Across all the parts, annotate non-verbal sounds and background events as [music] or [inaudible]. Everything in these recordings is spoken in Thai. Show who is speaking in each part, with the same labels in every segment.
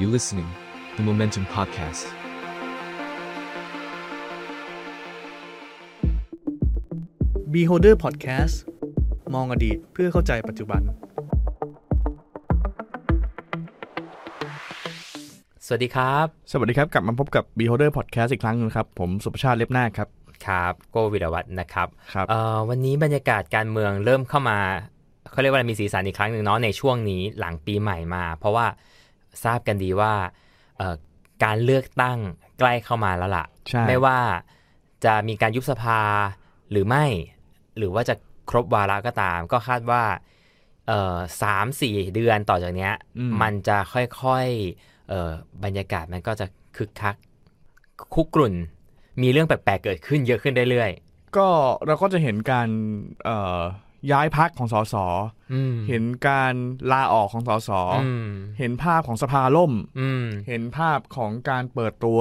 Speaker 1: You listening, the Momentum Podcast.
Speaker 2: บีโฮเดอร์พอดแคสต์มองอดีตเพื่อเข้าใจปัจจุบัน
Speaker 3: สวัสดีครับ
Speaker 4: สวัสดีครับ กลับมาพบกับ Beholder Podcast อีกครั้งหนึงครับ ผมสุประชาติเล็บหน้าครับ
Speaker 3: ครับโกวิรวัตรนะครับ
Speaker 4: ครับ
Speaker 3: เอ่อวันนี้บรรยากาศการเมืองเริ่มเข้ามาเขาเรียกว่าอะไรมีสีสันอีกครั้งหนึ่งเนาะในช่วงนี้หลังปีใหม่มา เพราะว่าทราบกันดีว่าเอ่อการเลือกตั้งใกล้เข้ามาแล้วล่ะ
Speaker 4: ใช่
Speaker 3: ไม่ว่าจะมีการยุบสภาหรือไม่ หรือว่าจะครบวาระก็ตาม ก็คาดว่าเอ่อสามสี่เดือนต่อจากเนี้ย มันจะค่อยๆเอ่อบรรยากาศมันก็จะคึกคัก คุกกรุ่น มีเรื่องแปลกๆเกิดขึ้นเยอะขึ้นเรื่อย
Speaker 4: ก็เราก็จะเห็นการเอ่อย้ายพักของสส
Speaker 3: ๆอืม
Speaker 4: เห็นการลาออกของสส
Speaker 3: อืม
Speaker 4: เห็นภาพของสภาล่ม
Speaker 3: อืม
Speaker 4: เห็นภาพของการเปิดตัว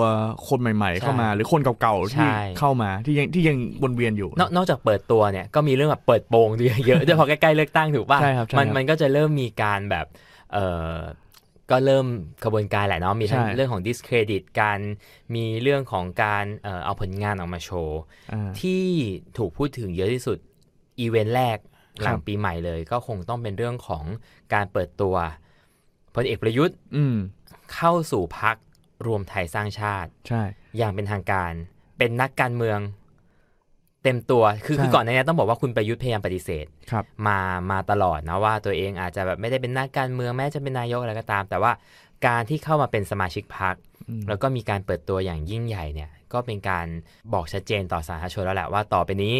Speaker 4: คนใหม่
Speaker 3: ใช่
Speaker 4: ๆ เข้ามา หรือคนเก่าๆ ที่
Speaker 3: ใช่
Speaker 4: เข้ามาที่ยังที่ยังวนเวียนอยู่
Speaker 3: นอกนอกจากเปิดตัวเนี่ยก็มีเรื่องแบบเปิดโปงเยอะเย [laughs] อะโดยเฉพาะใกล้ๆเลือกตั้งถูกป่ะ
Speaker 4: ใช่ครับใช่ครับ
Speaker 3: มันมันก็จะเริ่มมีการแบบเออก็เริ่มขบวนการแหละเนาะมีทั้ง
Speaker 4: ใช่
Speaker 3: เรื่องของ discredit การมีเรื่องของการเอ่อเอาผลงานออกมาโชว์
Speaker 4: อ่า
Speaker 3: ที่ถูกพูดถึงเยอะที่สุด อีเวนต์แรกห
Speaker 4: ครับ
Speaker 3: ลังปีใหม่เลย ก็คงต้องเป็นเรื่องของการเปิดตัวพลเอกประยุทธ์
Speaker 4: อืม
Speaker 3: เข้าสู่พักรวมไทยสร้างชาติ
Speaker 4: ใช่
Speaker 3: อย่างเป็นทางการ เป็นนักการเมือง เต็มตัว คือ
Speaker 4: ใช่
Speaker 3: คือก่อนหน้านี้ต้องบอกว่าคุณประยุทธ์พยายามปฏิเสธ
Speaker 4: ครับ
Speaker 3: มามาตลอดนะว่าตัวเองอาจจะแบบไม่ได้เป็นนักการเมืองแม้จะเป็นนายกอะไรก็ตาม แต่ว่าการที่เข้ามาเป็นสมาชิกพรรค
Speaker 4: อืม
Speaker 3: แล้วก็มีการเปิดตัวอย่างยิ่งใหญ่เนี่ย ก็เป็นการบอกชัดเจนต่อสาธารณชนแล้วแหละว่าต่อไปนี้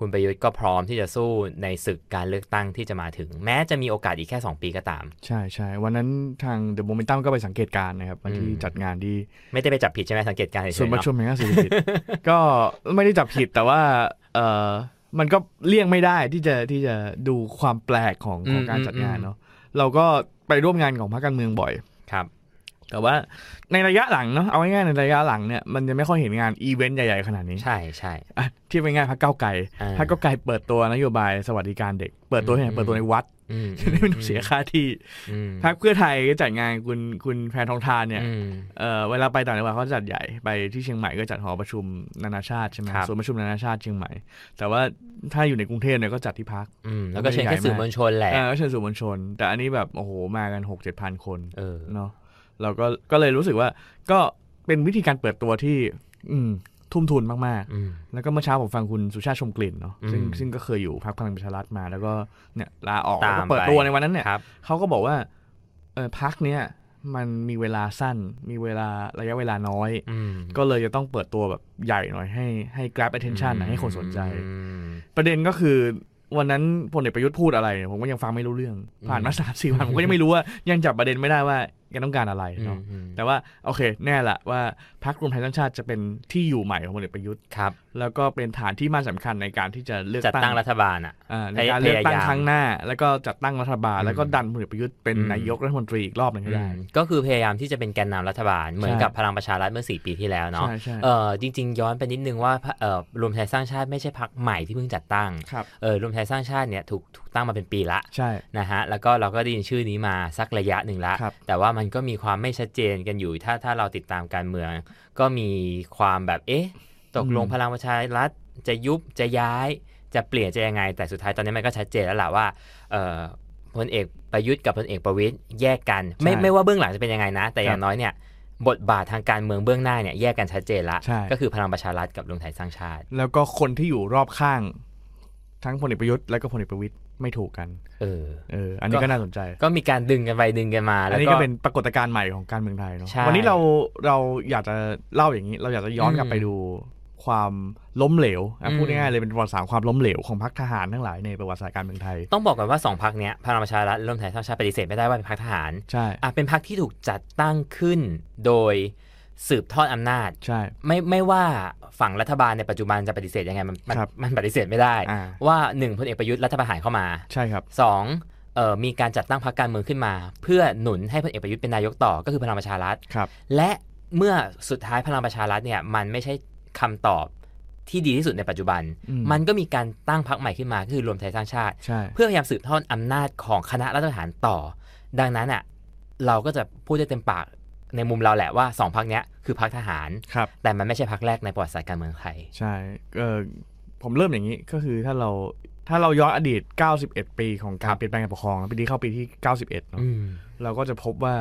Speaker 3: คุณประยุทธ์ก็พร้อมที่จะสู้ในศึกการเลือกตั้งที่จะมาถึง แม้จะมีโอกาสอีกแค่ 2 ปีก็ตาม
Speaker 4: ใช่ใช่วันนั้นทางเดอะโมเมนตัมก็ไปสังเกตการณ์นะครับวันที่
Speaker 3: อืม
Speaker 4: จัดงานที่
Speaker 3: ไม่ได้ไปจับผิดใช่ไหมสังเกตการณ์เฉยๆ
Speaker 4: ส่วนย์ประ
Speaker 3: เนาะ
Speaker 4: ชุมแห่งชาติเศรษฐกิจ [laughs] ก็ไม่ได้จับผิดแต่ว่าเออมันก็เลี่ยงไม่ได้ที่จะที่จะดูความแปลกของ
Speaker 3: อืม
Speaker 4: ของการจัดงาน
Speaker 3: อืม
Speaker 4: เนาะเราก็ไปร่วมงานของพรรคการเมืองบ่อย
Speaker 3: ครับ
Speaker 4: แต่ว่าในระยะหลังเนาะเอาง่ายๆในระยะหลังเนี่ยมันจะไม่ค่อยเห็นงานอีเวนต์ใหญ่ๆขนาดนี้
Speaker 3: ใช่ใช่
Speaker 4: อ่ะเที่เป็นงานพรรคก้าวไกล
Speaker 3: อ่า
Speaker 4: พรรคก้าวไกลเปิดตัวนโยบายสวัสดิการเด็ก เปิดตัวที่ไห
Speaker 3: อืม
Speaker 4: นเปิดตัวในวัด [laughs]
Speaker 3: อืม
Speaker 4: จะได้ไม่ต้องเสียค่าที่
Speaker 3: อืม
Speaker 4: พรรคเพื่อไทยก็จัดงานคุณคุณแพนทองทานเนี่ย
Speaker 3: อืม
Speaker 4: เอ่อเวลาไปต่างจังหวัดเขาจัดใหญ่ไปที่เชียงใหม่ก็จัดหอประชุมนานาชาติใช่ไหม
Speaker 3: ครับ
Speaker 4: ศูนย์ประชุมนานาชาติเชียงใหม่ แต่ว่าถ้าอยู่ในกรุงเทพเนี่ยก็จัดที่พัก
Speaker 3: อืมแล้วก็เชิญแค่สื่อมวลชนแหละ
Speaker 4: เออก็เชิญสื่อมวลชน แต่อันนี้แบบโอ้โหมากันหกเจ็ดพันคน
Speaker 3: เออ
Speaker 4: เนาะเราก็ก็เลยรู้สึกว่าก็เป็นวิธีการเปิดตัวที่ อืมทุ่มทุนมาก
Speaker 3: อืม
Speaker 4: ๆ แล้วก็เมื่อเช้าผมฟังคุณสุชาติชมกลิ่นเนาะซึ่ง
Speaker 3: อืม
Speaker 4: ซึ่งก็เคยอยู่พักพลังประชารัฐมา แล้วก็เนี่ยลาออก
Speaker 3: ตา
Speaker 4: แล้
Speaker 3: ม
Speaker 4: วก็เปิดตัว
Speaker 3: ไป
Speaker 4: ในวันนั้นเนี่ย
Speaker 3: ครับ
Speaker 4: เขาก็บอกว่าเออพักเนี้ยมันมีเวลาสั้น มีเวลาระยะเวลาน้อย
Speaker 3: อืม
Speaker 4: ก็เลยจะต้องเปิดตัวแบบใหญ่หน่อยให้ให้ grab attention นะให้คนสนใจ ประเด็นก็คือวันนั้นพลเอกประยุทธ์พูดอะไรเนี่ยผมก็ยังฟังไม่รู้เรื่อง ผ่านมาสามสี่วันผมก็ยังไม่รู้ว่ายังจับประเด็นไม่ได้ว่าแกต้องการอะไรเนาะแต่ว่าโอเค แน่ละว่าพรรครวมไทยสร้างชาติจะเป็นที่อยู่ใหม่ของพลเอกประยุทธ์
Speaker 3: ครับ
Speaker 4: แล้วก็เป็นฐานที่มากสำคัญในการที่จะเลือก
Speaker 3: จัด
Speaker 4: ตั้
Speaker 3: ตั้ง
Speaker 4: ง
Speaker 3: รัฐบาลอ่ะ
Speaker 4: อ่าใน
Speaker 3: พย
Speaker 4: การเลือกตั้ง
Speaker 3: พยายาม
Speaker 4: ครั้งหน้า แล้วก็จัดตั้งรัฐบาล
Speaker 3: อืม
Speaker 4: แล้วก็ดันพลเอกประยุทธ์เป็น
Speaker 3: อืม
Speaker 4: นายกรัฐมนตรีอีกรอบหนึ่งก็ได้
Speaker 3: ก็คือพยายามที่จะเป็นแกนนำรัฐบาล เหมือน
Speaker 4: ใช่
Speaker 3: กับพลังประชารัฐเมื่อ 4 ปีที่แล้วเนาะ
Speaker 4: ใช่ใช่
Speaker 3: เออจริง ๆ ย้อนไปนิดนึงว่าพรรคเออรวมไทยสร้างชาติไม่ใช่พักใหม่ที่เพิ่งจัดตั้ง
Speaker 4: ครับ
Speaker 3: เออรวมไทยสร้างชาติเนี่ยถูกถูกตั้งมาเป็นปีละ
Speaker 4: ใช่
Speaker 3: นะฮะแล้วก็เราก็ได้ยินชื่อนี้มาสักระยะหนึ่งละ
Speaker 4: ครับ
Speaker 3: แต่ว่ามันก็มีความไม่ชัดเจนกันอยู่ ถ้าถ้าเราติดตามการเมือง ก็มีความแบบเอ๊ะ ตกลง
Speaker 4: อืม
Speaker 3: พลังประชารัฐจะยุบจะย้าย จะเปลี่ยนจะยังไง แต่สุดท้ายตอนนี้มันก็ชัดเจนแล้วล่ะว่าเอ่อพลเอกประยุทธ์กับพลเอกประวิตยแยกกัน ไม่ไม่ว่าเบื้องหลังจะเป็นยังไงนะ แต่อย่างน้อยเนี่ยบทบาททางการเมืองเบื้องหน้าเนี่ยแยกกันชัดเจนละ
Speaker 4: ใช่
Speaker 3: ก็คือพลังประชารัฐกับรวมไทยสร้างชาติ
Speaker 4: แล้วก็คนที่อยู่รอบข้าง ทั้งพลเอกประยุทธ์และก็พลเอกประวิตยไม่ถูกกัน
Speaker 3: เออ
Speaker 4: เอออันนี้
Speaker 3: ก็
Speaker 4: ก็น่าสนใจ
Speaker 3: ก็มีการดึงกันไปดึงกันมา
Speaker 4: อั
Speaker 3: แล้
Speaker 4: น
Speaker 3: ว
Speaker 4: นี้
Speaker 3: ก็
Speaker 4: ก็เป็นปรากฏการณ์ใหม่ของการเมืองไทยเนาะ
Speaker 3: ใช่
Speaker 4: วันนี้เราเราอยากจะเล่าอย่างนี้ เราอยากจะย้อนกลับไป
Speaker 3: อืม
Speaker 4: ดูความล้มเหลวอ่ะ
Speaker 3: อืม
Speaker 4: พูดง่ายๆเลยเป็นประวัติศาสตร์ความล้มเหลวของพรรคทหารทั้งหลายในประวัติศาสตร์การเมืองไทย
Speaker 3: ต้องบอกก่อนว่าสองพักเนี้ยพลังประชารัฐรวมไทยสร้างชาติปฏิเสธไม่ได้ว่าเป็นพักทหาร
Speaker 4: ใช่
Speaker 3: อ่ะเป็นพรรคที่ถูกจัดตั้งขึ้นโดยสืบทอดอำนาจ
Speaker 4: ใช่
Speaker 3: ไม่ไม่ว่าฝั่งรัฐบาลในปัจจุบันจะปฏิเสธยังไงมันมัน
Speaker 4: ครับ
Speaker 3: มันปฏิเสธไม่ได้
Speaker 4: อ่า
Speaker 3: ว่าหนึ่งพลเอกประยุทธ์รัฐประหารเข้ามา
Speaker 4: ใช่ครับ
Speaker 3: สองเอ่อมีการจัดตั้งพรรคการเมืองขึ้นมา เพื่อหนุนให้พลเอกประยุทธ์เป็นนายกต่อก็คือพลังประชารัฐ
Speaker 4: ครับ
Speaker 3: และเมื่อสุดท้ายพลังประชารัฐเนี่ยมันไม่ใช่คำตอบที่ดีที่สุดในปัจจุบัน
Speaker 4: อืม
Speaker 3: มันก็มีการตั้งพรรคใหม่ขึ้นมาก็คือรวมไทยสร้างชาติ
Speaker 4: ใช่
Speaker 3: เพื่อพยายามสืบทอดอำนาจของคณะรัฐประหารต่อ ดังนั้นอ่ะ เราก็จะพูดได้เต็มปากในมุมเราแหละว่าสองพักเนี้ยคือพักทหาร
Speaker 4: ครับ
Speaker 3: แต่มันไม่ใช่พักแรกในประวัติศาสตร์การเมืองไทย
Speaker 4: ใช่เออผมเริ่มอย่างนี้ก็คือถ้าเราถ้าเราย้อนอดีต 91 ปีของการเปลี่ยนแปลงการปกครองแล้วปีนี้เข้าปีที่ 91เนอะ
Speaker 3: อืม
Speaker 4: เราก็จะพบว่า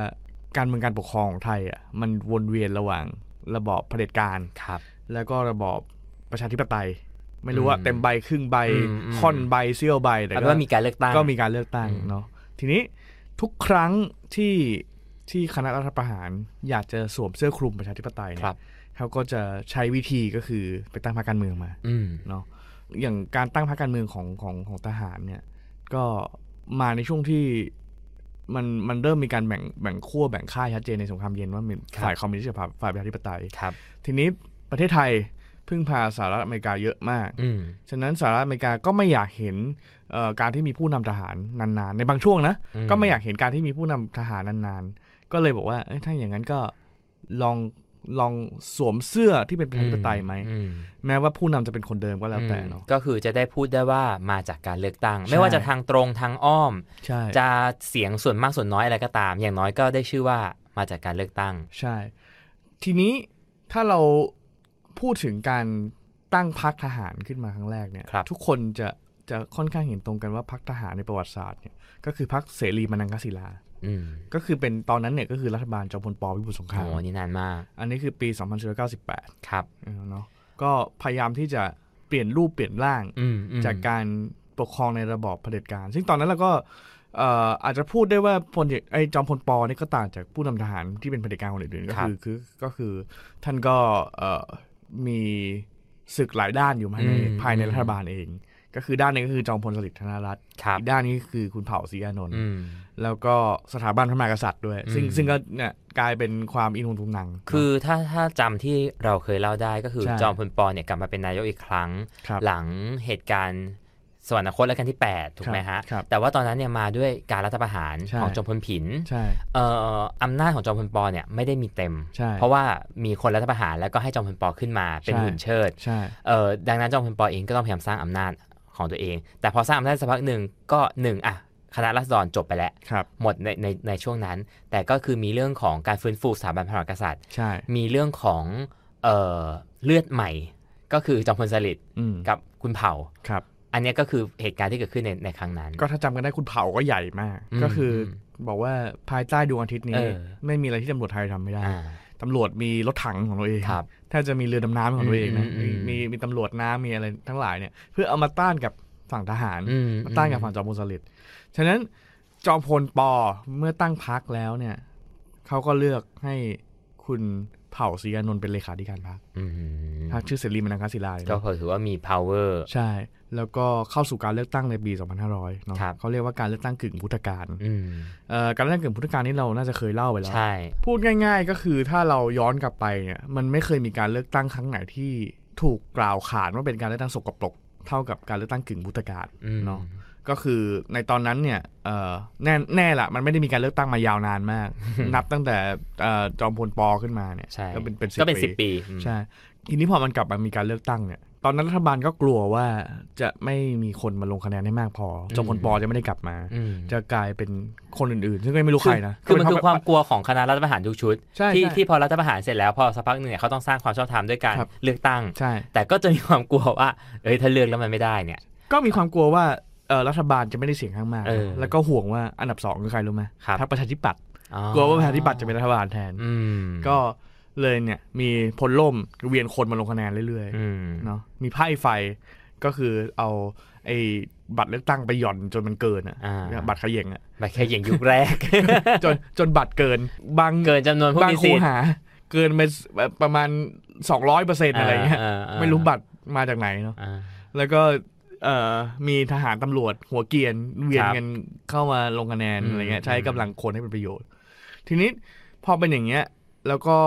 Speaker 4: การเมืองการปกครองของไทยอ่ะมันวนเวียนระหว่างระบอบเผด็จการ
Speaker 3: ครับ
Speaker 4: แล้วก็ระบอบประชาธิปไตย ไม่รู้ว่า
Speaker 3: อืม
Speaker 4: เต็มใบครึ่งใบ
Speaker 3: อืมอืม
Speaker 4: ค่อนใบเสี้ยวใบแต่
Speaker 3: แปล
Speaker 4: ก็
Speaker 3: ว่ามีการเลือกตั้ง
Speaker 4: ก็มีการเลือกตั้ง
Speaker 3: อืม
Speaker 4: เนาะทีนี้ทุกครั้งที่ที่คณะรัฐประหารอยากจะสวมเสื้อคลุมประชาธิปไตย
Speaker 3: ค
Speaker 4: เนี่
Speaker 3: รับ
Speaker 4: ยเขาก็จะใช้วิธีก็คือไปตั้งพรรคการเมืองมา
Speaker 3: อืม
Speaker 4: เนาะอย่างการตั้งพรรคการเมืองของของของทหารเนี่ยก็มาในช่วงที่มันมันเริ่มมีการแบ่งแบ่งขั้วแบ่งค่ายชัดเจนในสงครามเย็นว่ามี
Speaker 3: ครับ
Speaker 4: ฝ่ายคอมมิวนิสต์กับฝ่ายประชาธิปไตย
Speaker 3: ครับ
Speaker 4: ทีนี้ประเทศไทยพึ่งพาสหรัฐอเมริกาเยอะมาก
Speaker 3: อืม
Speaker 4: ฉะนั้นสหรัฐอเมริกาก็ไม่อยากเห็นเอ่อการที่มีผู้นำทหารนานๆ ในบางช่วงนะ
Speaker 3: อืม
Speaker 4: ก็ไม่อยากเห็นการที่มีผู้นำทหารนานๆ ก็เลยบอกว่าเอ้ยถ้าอย่างนั้นก็ลองลองสวมเสื้อที่เป็นประชาธิปไตยไหม
Speaker 3: อืม
Speaker 4: แม้ว่าผู้นำจะเป็นคนเดิมก็แล้วแต่เนาะ
Speaker 3: ก็คือจะได้พูดได้ว่ามาจากการเลือกตั้ง
Speaker 4: ใช่
Speaker 3: ไม่ว่าจะทางตรงทางอ้อม
Speaker 4: ใช่
Speaker 3: จะเสียงส่วนมากส่วนน้อยอะไรก็ตาม อย่างน้อยก็ได้ชื่อว่ามาจากการเลือกตั้ง
Speaker 4: ใช่ ทีนี้ถ้าเราพูดถึงการตั้งพรรคทหารขึ้นมาครั้งแรกเนี่ย
Speaker 3: ครับ
Speaker 4: ทุกคนจะจะค่อนข้างเห็นตรงกันว่าพรรคทหารในประวัติศาสตร์เนี่ยก็คือพรรคเสรีมานังคศิลา
Speaker 3: อืม
Speaker 4: ก็คือเป็นตอนนั้นเนี่ยก็คือรัฐบาลจอมพลปพิบูลสงค
Speaker 3: โห
Speaker 4: ราม
Speaker 3: นี่นานมาก
Speaker 4: อันนี้คือปี 2498
Speaker 3: ครับ
Speaker 4: เออเนาะก็พยายามที่จะเปลี่ยนรูปเปลี่ยนร่าง
Speaker 3: อืมอืม
Speaker 4: จากการปกครองในระบอบเผด็จการ ซึ่งตอนนั้นเราก็เอ่ออาจจะพูดได้ว่าพลเอกไอ้จอมพลปนี่ก็ต่างจากผู้นำทหารที่เป็นเผด็จการคนอื่นๆก็คือคือก็คือท่านก็เอ่อมีศึกหลายด้านอยู่ภายในภายในรัฐบาลเอง ก็คือด้านหนึงก็คือจอมพลสฤษดิ์ธนรัตน์
Speaker 3: ครับ
Speaker 4: อีกด้านนี้คือคุณเผ่าศรีอานนท์
Speaker 3: อืม
Speaker 4: แล้วก็สถาบันพระมหากษัตริย์ด้วย ซึ่ง
Speaker 3: อืม
Speaker 4: ซึ่งก็เนี่ยกลายเป็นความอินทุนทุนหนัง
Speaker 3: คือถ้าถ้าจำที่เราเคยเล่าได้ก็คือ
Speaker 4: ใช่
Speaker 3: จอมพลปอเนี่ยกลับมาเป็นนายกอีกครั้ง
Speaker 4: ครับ
Speaker 3: หลังเหตุการณ์สวรรคตและกันที่ 8 ถูกไหมฮะ
Speaker 4: ครับ
Speaker 3: แต่ว่าตอนนั้นเนี่ยมาด้วยการรัฐประหาร
Speaker 4: ใช่
Speaker 3: ของจอมพลผิน
Speaker 4: ใช่
Speaker 3: เอ่ออำนาจของจอมพลปอเนี่ยไม่ได้มีเต็ม
Speaker 4: ใช่
Speaker 3: เพราะว่ามีคนรัฐประหารแล้วก็ให้จอมพลปอขึ้นมาเป็น
Speaker 4: ใช่
Speaker 3: หุ่นเชิด
Speaker 4: ใช่
Speaker 3: เอ่อดังนั้นจอมพลปอเองก็ต้องพยายามสร้างอำนาจของตัวเอง แต่พอสร้างอำนาจสักพักหนึ่งก็หนึ่งอ่ะคณะรัษฎรจบไปแล้ว
Speaker 4: ครับ
Speaker 3: หมดในในในช่วงนั้น แต่ก็คือมีเรื่องของการฟื้นฟูสถาบันพระมหากษัตริย์
Speaker 4: ใช่
Speaker 3: มีเรื่องของเอ่อเลือดใหม่ ก็คือจอมพลสฤษดิ์
Speaker 4: อืม
Speaker 3: กับคุณเผ่า
Speaker 4: ครับ
Speaker 3: อันเนี้ยก็คือเหตุการณ์ที่เกิดขึ้นในในครั้งนั้น
Speaker 4: ก็ถ้าจำกันได้คุณเผ่าก็ใหญ่มาก
Speaker 3: อืม
Speaker 4: ก็คือบอกว่าภายใต้ดวงอาทิตย์นี้
Speaker 3: เออ
Speaker 4: ไม่มีอะไรที่ตำรวจไทยทำไม่ได้
Speaker 3: อ่า
Speaker 4: ตำรวจมีรถถังของตัวเอง
Speaker 3: ครับ
Speaker 4: ถ้าจะมีเรือดำน้ำของตัวเองนะ
Speaker 3: อืมอืมอืม
Speaker 4: มีมีตำรวจน้ำมีอะไรทั้งหลายเนี่ย เพื่อเอามาต้านกับฝั่งทหาร
Speaker 3: อืม
Speaker 4: มาตั้งกับฝั่งจอมพลสฤษดิ์ฉะนั้นจอมพลปอเมื่อตั้งพักแล้วเนี่ยเขาก็เลือกให้คุณเผ่าศรีอานนท์เป็นเลขาธิการพัก
Speaker 3: อืม
Speaker 4: พักชื่อเสรีมนังคศิลาเลย
Speaker 3: ก็
Speaker 4: นะ
Speaker 3: ถือว่ามี power
Speaker 4: ใช่ แล้วก็เข้าสู่การเลือกตั้งในปี 2500เนาะ
Speaker 3: ครับ
Speaker 4: เขาเรียกว่าการเลือกตั้งกึ่งพุทธกาล
Speaker 3: อืม
Speaker 4: เอ่อการเลือกตั้งกึ่งพุทธกาลนี่เราน่าจะเคยเล่าไปแล้ว
Speaker 3: ใช่
Speaker 4: พูดง่าย ๆ ก็คือถ้าเราย้อนกลับไปเนี่ยมันไม่เคยมีการเลือกตั้งครั้งไหนที่ถูกกล่าวขานว่าเป็นการเลือกตั้งสกปรกเท่ากับการเลือกตั้งกึ่งพุทธกาล
Speaker 3: อืม
Speaker 4: เนาะ ก็คือในตอนนั้นเนี่ยเอ่อแน่แน่ละมันไม่ได้มีการเลือกตั้งมายาวนานมาก นับตั้งแต่เอ่อจอมพลปขึ้นมาเนี่ย
Speaker 3: ใช่
Speaker 4: ก็เป็นเป็น
Speaker 3: ก็เป็น
Speaker 4: 10
Speaker 3: สิบปีอืม
Speaker 4: ใช่ทีนี้พอมันกลับมามีการเลือกตั้งเนี่ยตอนนั้นรัฐบาลก็กลัวว่าจะไม่มีคนมาลงคะแนนให้มากพอจอมพลปจะไม่ได้กลับมา
Speaker 3: อืม
Speaker 4: จะกลายเป็นคนอื่นๆ ซึ่งก็ไม่รู้ใครนะ
Speaker 3: คือมัน
Speaker 4: ก็
Speaker 3: คื
Speaker 4: เป็
Speaker 3: อน ความ
Speaker 4: พรร
Speaker 3: กลัวของคณะรัฐประหารทุกชุด
Speaker 4: ใช่
Speaker 3: ที่
Speaker 4: ใช่
Speaker 3: ที่พอรัฐประหารเสร็จแล้วพอสักพักหนึ่งเนี่ยเขาต้องสร้างความชอบธรรมด้วยการ
Speaker 4: ครับ
Speaker 3: เลือกตั้ง
Speaker 4: ใช่
Speaker 3: แต่ก็จะมีความกลัวว่าเอ้ยถ้าเลือกแล้วมันไม่ได้เนี่ย
Speaker 4: ก็มีความกลัวว่าเอ่อรัฐบาลจะไม่ได้เสียงข้างมาก
Speaker 3: เออ
Speaker 4: แล้วก็ห่วงว่าอันดับสองคือใครรู้ไหม
Speaker 3: ครับ
Speaker 4: พรรคประชาธิปัตย์
Speaker 3: อ๋อก
Speaker 4: ลัวว่าประชาธิปัตย์จะเป็นรัฐบาลแทน
Speaker 3: อืม
Speaker 4: ก็เลยเนี่ยมีพลล่มเวียนคนมาลงคะแนนเรื่อย
Speaker 3: อืม
Speaker 4: ๆเนาะมีไพ่ไฟก็คือเอาไอ้บัตรเลือกตั้งไปหย่อนจนมันเกินอะ
Speaker 3: อ่า
Speaker 4: บัตรเขย่งอะ
Speaker 3: แบบแค่อย่างยุคแร
Speaker 4: [laughs]
Speaker 3: ก
Speaker 4: จนจนบัตรเกินบาง
Speaker 3: เกินจำนวนผู้
Speaker 4: บาง
Speaker 3: มี
Speaker 4: คู
Speaker 3: สิทธิ์
Speaker 4: หา เกินไปแบบประมาณ 200เปอร์เซ็นต์อะไรเงี้ย
Speaker 3: าอ่า
Speaker 4: ไม่รู้บัตรมาจากไหนเนาะ
Speaker 3: อ่า
Speaker 4: แล้วก็เอ่อมีทหารตำรวจหัวเกรียนเวียน
Speaker 3: ครับ
Speaker 4: กันเข้ามาลงคะแนน
Speaker 3: อืม
Speaker 4: อะไรเงี้ยใช้กำลังคนให้เป็นประโยชน์ ทีนี้พอเป็นอย่างเงี้ยแล้วก็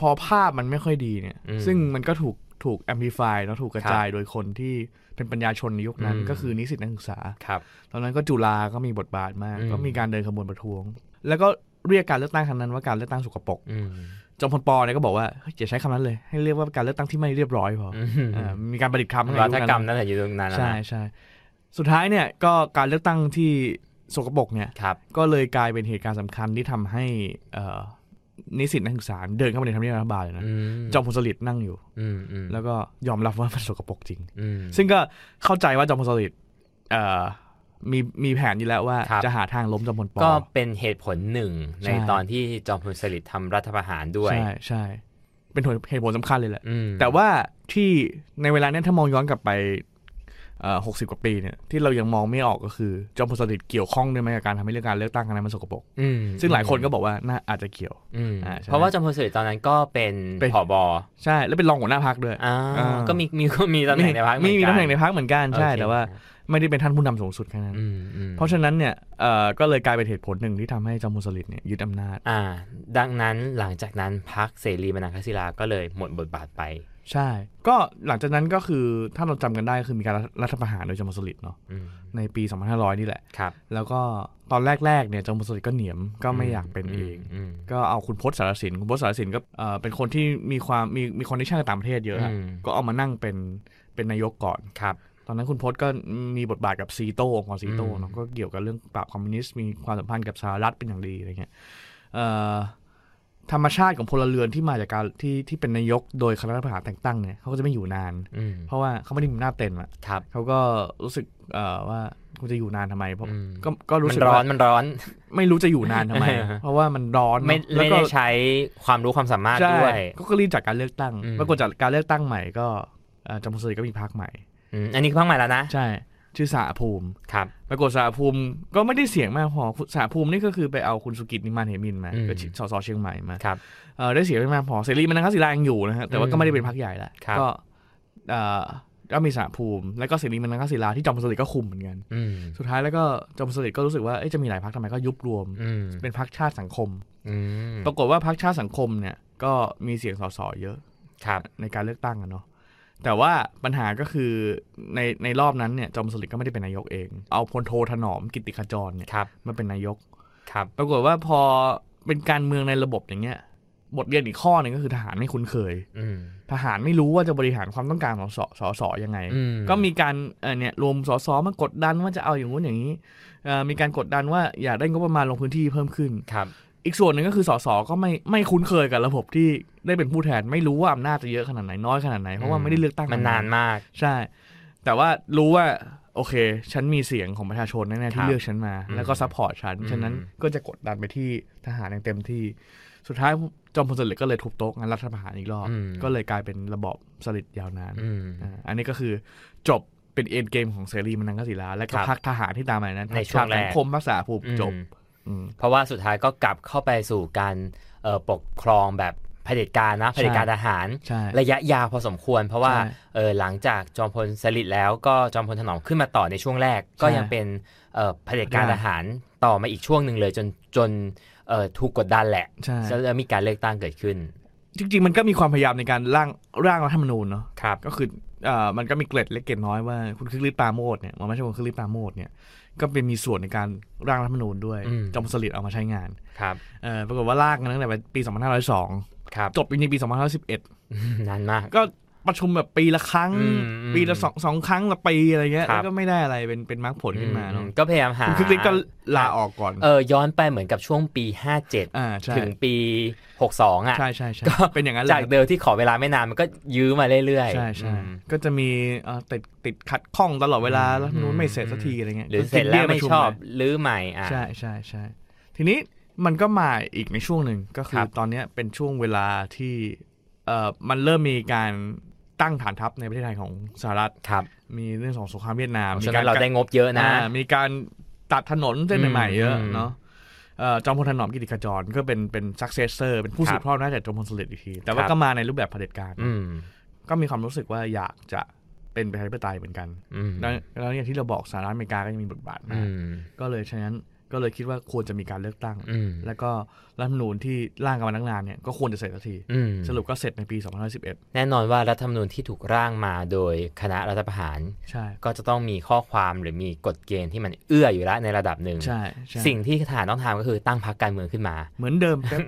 Speaker 4: พอภาพมันไม่ค่อยดีเนี่ย
Speaker 3: อืม
Speaker 4: ซึ่งมันก็ถูกถูกแอมพลิฟายแล้วถูกกระจายโดยคนที่เป็นปัญญาชนในยุคนั้น
Speaker 3: อืม
Speaker 4: ก็คือนิสิตนักศึกษา
Speaker 3: ครับ
Speaker 4: ตอนนั้นก็จุฬาก็มีบทบาทมาก
Speaker 3: อืม
Speaker 4: ก็มีการเดินขบวนประท้วง แล้วก็เรียกการเลือกตั้งครั้งนั้นว่าการเลือกตั้งสกปรก
Speaker 3: อืม
Speaker 4: จอมพลปอเนี่ยก็บอกว่าเฮ้ยอย่าใช้คำนั้นเลย ให้เรียกว่าการเลือกตั้งที่ไม่เรียบร้อยพอ
Speaker 3: อืม
Speaker 4: อ่ามีการประดิษฐ์คำให้
Speaker 3: [laughs] วั
Speaker 4: ยุค
Speaker 3: ฒ
Speaker 4: นั้น
Speaker 3: กรรมนั่นแหละอยู่ตรงนั้นนะ
Speaker 4: ใช่ใช่สุดท้ายเนี่ยก็การเลือกตั้งที่ สกปรกเนี่ย
Speaker 3: ครับ
Speaker 4: ก็เลยกลายเป็นเหตุการณ์สำคัญที่ทำให้เอ่อนิสิตนักศึกษาเดินเข้าไปในทำเนียบรัฐบาลเลยนะ
Speaker 3: อืม
Speaker 4: จอมพลสฤษดิ์นั่งอยู่
Speaker 3: อืมอืม
Speaker 4: แล้วก็ยอมรับว่ามันสกปรกจริง
Speaker 3: อืม
Speaker 4: ซึ่งก็เข้าใจว่าจอมพลสฤษดิ์เอ่อมีมีแผนอยู่แล้วว่า
Speaker 3: ครับ
Speaker 4: จะหาทางล้มจอมพลปอ
Speaker 3: ก็เป็นเหตุผลหนึ่ง
Speaker 4: ใช่
Speaker 3: ในตอนที่จอมพลสฤษดิ์ทำรัฐประหารด้วย
Speaker 4: ใช่ใช่เป็นเหตุผลสำคัญเลยแหละ
Speaker 3: อืม
Speaker 4: แต่ว่าที่ในเวลาเนี้ยถ้ามองย้อนกลับไปหกสิบกว่าปีเนี่ยที่เรายังมองไม่ออกก็คือจอมพลสฤษดิ์เกี่ยวข้องด้วยไหมกับการทำให้เรื่องการเลือกตั้งครั้งนั้นมันสกปรก
Speaker 3: อืม
Speaker 4: ซึ่งหลายคนก็บอกว่าน่าอาจจะเกี่ยว
Speaker 3: อืม
Speaker 4: อ่าใช่
Speaker 3: เพราะว่าจอมพลสฤษดิ์ตอนนั้นก็เป็น
Speaker 4: เป็น
Speaker 3: ผอบ
Speaker 4: ใช่แล้วเป็นรองหัวหน้าพักด้วย
Speaker 3: อ่า
Speaker 4: อ่า
Speaker 3: ก็มีมีก็มีตำแหน่งในพรรค
Speaker 4: มีมีตำแหน่ง
Speaker 3: เอ
Speaker 4: ในพักเหมือนกัน
Speaker 3: กั
Speaker 4: ใช่
Speaker 3: โอเค
Speaker 4: แต่ว่าไม่ได้เป็นท่านผู้นำสูงสุดแค่นั้น
Speaker 3: อืมอืม
Speaker 4: เพราะฉะนั้นเนี่ยเอ่อก็เลยกลายเป็นเหตุผลหนึ่งที่ทำให้จอมพลสฤษดิ์เนี่ยยึดอำนาจ
Speaker 3: อ่า ดังนั้นหลังจากนั้นพรรคเสรีมนังคศิลาก็เลยหมดบทบาทไป
Speaker 4: ใช่ ก็หลังจากนั้นก็คือถ้าเราจำกันได้คือมีการรัฐประหารโดยจอมพลสฤษดิ์เนาะ
Speaker 3: อืม
Speaker 4: ในปี 2500 นี่แหละ
Speaker 3: ครับ
Speaker 4: แล้วก็ตอนแรกๆเนี่ยจอมพลสฤษดิ์ก็เหนียมก็ไม่อยากเป็นเอง
Speaker 3: อืม
Speaker 4: ก็เอาคุณพศสารสินคุณพศสารสินก็เอ่อเป็นคนที่มีความมีมีคอนเนคชั่นกับต่างประเทศเยอะอะ
Speaker 3: อืม
Speaker 4: ก็เอามานั่งเป็นเป็นนายกก่อน
Speaker 3: ครับ
Speaker 4: ตอนนั้นคุณพศก็มีบทบาทกับซีโต้องค์กรซีโต้
Speaker 3: อืม
Speaker 4: เนาะก็เกี่ยวกับเรื่องปราบคอมมิวนิสต์มีความสัมพันธ์กับสหรัฐเป็นอย่างดีอะไรเงี้ยเอ่อธรรมชาติของพลเรือนที่มาจากการที่ที่เป็นนายกโดยคณะรัฐประหารแต่งตั้งเนี่ยเขาก็จะไม่อยู่นาน
Speaker 3: อืม
Speaker 4: เพราะว่าเขาไม่ได้มีหน้าจเต็มอะ
Speaker 3: ครับ
Speaker 4: เขาก็รู้สึกเอ่อว่าคุณจะอยู่นานทำไมเพราะ
Speaker 3: อืม
Speaker 4: ก็ก็รู้
Speaker 3: มัน
Speaker 4: สึก
Speaker 3: ร้อ
Speaker 4: ว่าน
Speaker 3: มันร้อน
Speaker 4: ไม่รู้จะอยู่นานทำไม
Speaker 3: อ่าฮะ
Speaker 4: เพราะว่ามันร้อนเนอะ
Speaker 3: ไม่
Speaker 4: แล้ว
Speaker 3: ไม่
Speaker 4: ก็
Speaker 3: ได้ใช้ความรู้ความสามารถ
Speaker 4: ใช่
Speaker 3: ด้วย
Speaker 4: ก็ก็รีบจากการเลือกตั้ง
Speaker 3: อืม
Speaker 4: ปรากฏจากการเลือกตั้งใหม่ก็เอ่อจำพลสฤษดิ์ก็มีพรรคใหม่
Speaker 3: อืมอันนี้คือพังใหม่แล้วนะ
Speaker 4: ใช่ ชื่อสาภูมิ
Speaker 3: ครับ
Speaker 4: ปรากฏสาภูมิก็ไม่ได้เสียงมากพอสาภูมินี่ก็คือไปเอาคุณสุกิจนิมมานเหมินมา
Speaker 3: อืม
Speaker 4: ก็ชิสสเชียงใหม่มา
Speaker 3: ครับ
Speaker 4: เอ่อได้เสียงไม่มากพอเสรีมันนะครับศิลายังอยู่นะฮะแต่ว่า
Speaker 3: อืม
Speaker 4: ก็ไม่ได้เป็นพรรคใหญ่ละ
Speaker 3: ครับ
Speaker 4: ก็เอ่อก็มีสาภูมิ แล้วก็เสรีมันนะครับศิลาที่จอมพลสฤษดิ์ก็คุมเหมือนกัน
Speaker 3: อืม
Speaker 4: สุดท้ายแล้วก็จอมพลสฤษดิ์ก็รู้สึกว่าเอ๊ะจะมีหลายพรรคทำไมก็ยุบรวม
Speaker 3: อืม
Speaker 4: เป็นพรรคชาติสังคม
Speaker 3: อืม
Speaker 4: ปรากฏว่าพรรคชาติสังคมเนี่ยก็มีเสียงสสเยอะ
Speaker 3: ครับ
Speaker 4: ในการเลือกตั้งอะเนาะแต่ว่าปัญหาก็คือในในรอบนั้นเนี่ยจอมสลิดก็ไม่ได้เป็นนายกเอง เอาพลโทถนอมกิติขจรเนี่ย
Speaker 3: ครับ
Speaker 4: มาเป็นนายก
Speaker 3: ครับ
Speaker 4: ปรากฏว่าพอเป็นการเมืองในระบบอย่างเงี้ยบทเรียนอีกข้อหนึ่งก็คือทหารไม่คุ้นเคย
Speaker 3: อืม
Speaker 4: ทหารไม่รู้ว่าจะบริหารความต้องการของสสสยังไง
Speaker 3: อืม
Speaker 4: ก็มีการเอ่อเนี่ยรวมสสมากดดันว่าจะเอาอย่างงู้นอย่างนี้เอ่อมีการกดดันว่าอยากได้งบประมาณลงพื้นที่เพิ่มขึ้น
Speaker 3: ครับ
Speaker 4: อีกส่วนหนึ่งก็คือสสก็ไม่ไม่คุ้นเคยกับระบบที่ได้เป็นผู้แทนไม่รู้ว่าอำนาจจะเยอะขนาดไหนน้อยขนาดไหนเพราะว่าไม่ได้เลือกตั้ง
Speaker 3: มันนานมาก
Speaker 4: ใช่ แต่ว่ารู้ว่าโอเค ฉันมีเสียงของประชาชนแน่
Speaker 3: ครั
Speaker 4: ๆที่
Speaker 3: บ
Speaker 4: เลือกฉันมา
Speaker 3: อืม
Speaker 4: แล้วก็ซัพพอร์ตฉัน
Speaker 3: อืม
Speaker 4: ฉะนั้นก็จะกดดันไปที่ทหารอย่างเต็มที่ สุดท้ายจอมพลสฤษดิ์ก็เลยทุบโต๊ะงานรัฐประหารอีกรอบ
Speaker 3: อืม
Speaker 4: ก็เลยกลายเป็นระบอบสฤษดิ์ยาวนาน
Speaker 3: อืม
Speaker 4: อ่าอันนี้ก็คือจบเป็นเอ็นเกมของเสรีมนังคศิลาและก็
Speaker 3: ครับ
Speaker 4: พรรคทหารที่ตามมานั้น
Speaker 3: ในช่วงแรก
Speaker 4: สังคมภาษาภูมิจบ
Speaker 3: อืม
Speaker 4: อืม
Speaker 3: เพราะว่าสุดท้ายก็กลับเข้าไปสู่การเอ่อปกครองแบบเผด็จการนะ
Speaker 4: ใช่
Speaker 3: เผด็จการทหาร
Speaker 4: ใช่
Speaker 3: ระยะยาวพอสมควร เพราะว่า
Speaker 4: ใช่
Speaker 3: เออหลังจากจอมพลสฤษดิ์แล้วก็จอมพลถนอมขึ้นมาต่อในช่วงแรก ก็ยังเป็นเอ่อเผด็จการ
Speaker 4: ใช่
Speaker 3: ทหารต่อมาอีกช่วงหนึ่งเลยจนจนเอ่อถูกกดดันแหละ
Speaker 4: ใช่
Speaker 3: แล้วมีการเลือกตั้งเกิดขึ้น
Speaker 4: จริงๆ มันก็มีความพยายามในการร่างร่างรัฐธรรมนูญเนาะ
Speaker 3: ครับ
Speaker 4: ก็คือเอ่อมันก็มีเกล็ดเล็กเกล็ดน้อยว่าคุณคลิกฤทธิ์ปราโมดเนี่ยหมันไม่ใช่คุณคลิกฤทธิ์ปราโมดเนี่ยก็เป็นมีส่วนในการร่างรัฐธรรมนูญด้วย
Speaker 3: อืม
Speaker 4: จอมพลสลิดเอามาใช้งาน
Speaker 3: ครับ
Speaker 4: เอ่อปรากฏว่าร่างกันตั้งแต่ปี 2502
Speaker 3: ครับ
Speaker 4: จบอยู่ในปี 2511
Speaker 3: นานมาก
Speaker 4: ก็ประชุมแบบปีละครั้ง
Speaker 3: อืมอืม
Speaker 4: ปีละสองสองครั้งละปีอะไรเงี้ย
Speaker 3: ครับ
Speaker 4: แล้วก็ไม่ได้อะไรเป็นเป็นมรรคผลขึ้นมาเนาะ
Speaker 3: อืก็พยายามหา
Speaker 4: คุณคลิกฤทธิ์ก็ลาออกก่อน
Speaker 3: เออย้อนไปเหมือนกับช่วงปี 57
Speaker 4: อ่าใช่
Speaker 3: ถึงปี 62อ่ะ
Speaker 4: ใช่ใช่ใช่
Speaker 3: ก็
Speaker 4: เป็นอย่างนั้น
Speaker 3: จาก
Speaker 4: เลย
Speaker 3: เดิมที่ขอเวลาไม่นานมันก็ยื้อมาเรื่อยๆ
Speaker 4: ใช่ใช่
Speaker 3: อืม
Speaker 4: ก็จะมีเอ่อติดติดขัดข้องตลอดเวลา
Speaker 3: อืม
Speaker 4: แล้วนู้
Speaker 3: อื
Speaker 4: น
Speaker 3: ม
Speaker 4: ไม่เสร็จสักทีอะไรเงี้ย
Speaker 3: หรือ
Speaker 4: ก็
Speaker 3: เสร็จแล้ว
Speaker 4: ยกป
Speaker 3: ไม่
Speaker 4: ระชุ
Speaker 3: ชอบ
Speaker 4: เลย
Speaker 3: หรือใหม่อ่ะ
Speaker 4: ใช่ใช่ใช่ทีนี้มันก็มาอีกในช่วงหนึ่งก็คื
Speaker 3: ครั
Speaker 4: อบ ตอนเนี้ยเป็นช่วงเวลาที่เอ่อมันเริ่มมีการตั้งฐานทัพในประเทศไทยของสหรัฐ
Speaker 3: ครับ
Speaker 4: มีเรื่องของสงครามเวียดนาม
Speaker 3: เพราะ
Speaker 4: มี
Speaker 3: ฉะ
Speaker 4: กา
Speaker 3: นั้น
Speaker 4: ร
Speaker 3: เราได้งบเยอะนะ
Speaker 4: อ่ามีการตัดถนนเส้นใหม่ๆเยอะ
Speaker 3: อืม
Speaker 4: เนาะเอ่อจอมพลถนอมกิติขจรก็เป็นเป็นซักเซสเซอร์เป็นผู้
Speaker 3: ค
Speaker 4: สื
Speaker 3: รับ บ
Speaker 4: ทอดอำนาจจากจอมพลสฤษดิ์อีกทีแต่ว่า
Speaker 3: ครับ
Speaker 4: ก็มาในรูปแบบเผด็จการ
Speaker 3: อืม
Speaker 4: ก็มีความรู้สึกว่าอยากจะเป็นประชาธิปไตยเหมือนกัน
Speaker 3: อืม
Speaker 4: แล้วแล้วอย่างที่เราบอกสหรัฐอเมริกาก็ยังมีบทบาทมา
Speaker 3: อื
Speaker 4: ก
Speaker 3: ม
Speaker 4: ก็เลยฉะนั้นก็เลยคิดว่าควรจะมีการเลือกตั้ง
Speaker 3: อืม
Speaker 4: แล้วก็รัฐธรรมนูญที่ร่างกันมาตั้งนานเนี่ยก็ควรจะเสร็จสักที
Speaker 3: อืม
Speaker 4: สรุปก็เสร็จในปี 2011
Speaker 3: แน่นอนว่ารัฐธรรมนูญที่ถูกร่างมาโดยคณะรัฐประหาร
Speaker 4: ใช่
Speaker 3: ก็จะต้องมีข้อความหรือมีกฎเกณฑ์ที่มันเอื้ออยู่แล้วในระดับหนึ่ง
Speaker 4: ใช่ใช่
Speaker 3: สิ่งที่ทหารต้องทำก็คือตั้งพรรคการเมืองขึ้นมา
Speaker 4: เหมือนเดิมครับ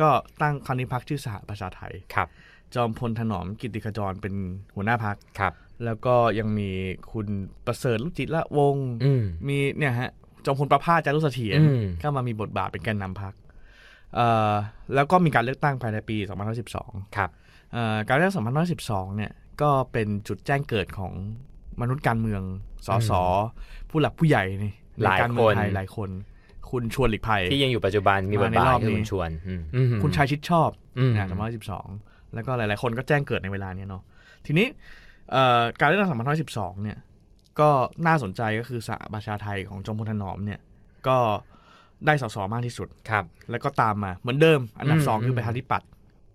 Speaker 4: ก็ตั้งคณิพักชื่อสหประชาไทย
Speaker 3: ครับ
Speaker 4: จอมพลถนอมกิติขจรเป็นหัวหน้าพัก
Speaker 3: ครับ
Speaker 4: แล้วก็ยังมีคุณประเสริฐลุจิละวงศ์
Speaker 3: อืม
Speaker 4: มีเนี่ยฮะ จอมพลประภาสจารุเสถียร
Speaker 3: อืม
Speaker 4: ก็มามีบทบาทเป็นแกนนำพรรคเอ่อแล้วก็มีการเลือกตั้งภายในปี 2012
Speaker 3: ครับ
Speaker 4: เอ่อการเลือกตั้ง2012 เนี่ยก็เป็นจุดแจ้งเกิดของมนุษย์การเมืองสสผู้หลักผู้ใหญ่ในใน
Speaker 3: หลาย
Speaker 4: การเมืองไท
Speaker 3: ค
Speaker 4: ย
Speaker 3: น
Speaker 4: หลายคน คุณชวนหลีกภัย
Speaker 3: ที่ยังอยู่ปัจจุบันมีบทบาท
Speaker 4: มาในรอบ
Speaker 3: คือคุ
Speaker 4: นี้
Speaker 3: ณชวนอืม
Speaker 4: คุณชายชิดชอบ
Speaker 3: อืม
Speaker 4: นะ2012 แล้วก็หลายๆ คนก็แจ้งเกิดในเวลาเนี้ยเนาะทีนี้เอ่อการเลือกตั้ง2012 เนี่ยก็น่าสนใจก็คือสหประชาไทยของจอมพลถนอมเนี่ยก็ได้สสมากที่สุด
Speaker 3: ครับ
Speaker 4: แล้วก็ตามมาเหมือนเดิม อันดับ
Speaker 3: อืม
Speaker 4: สองคือ
Speaker 3: ม
Speaker 4: ประชาธิปัตย์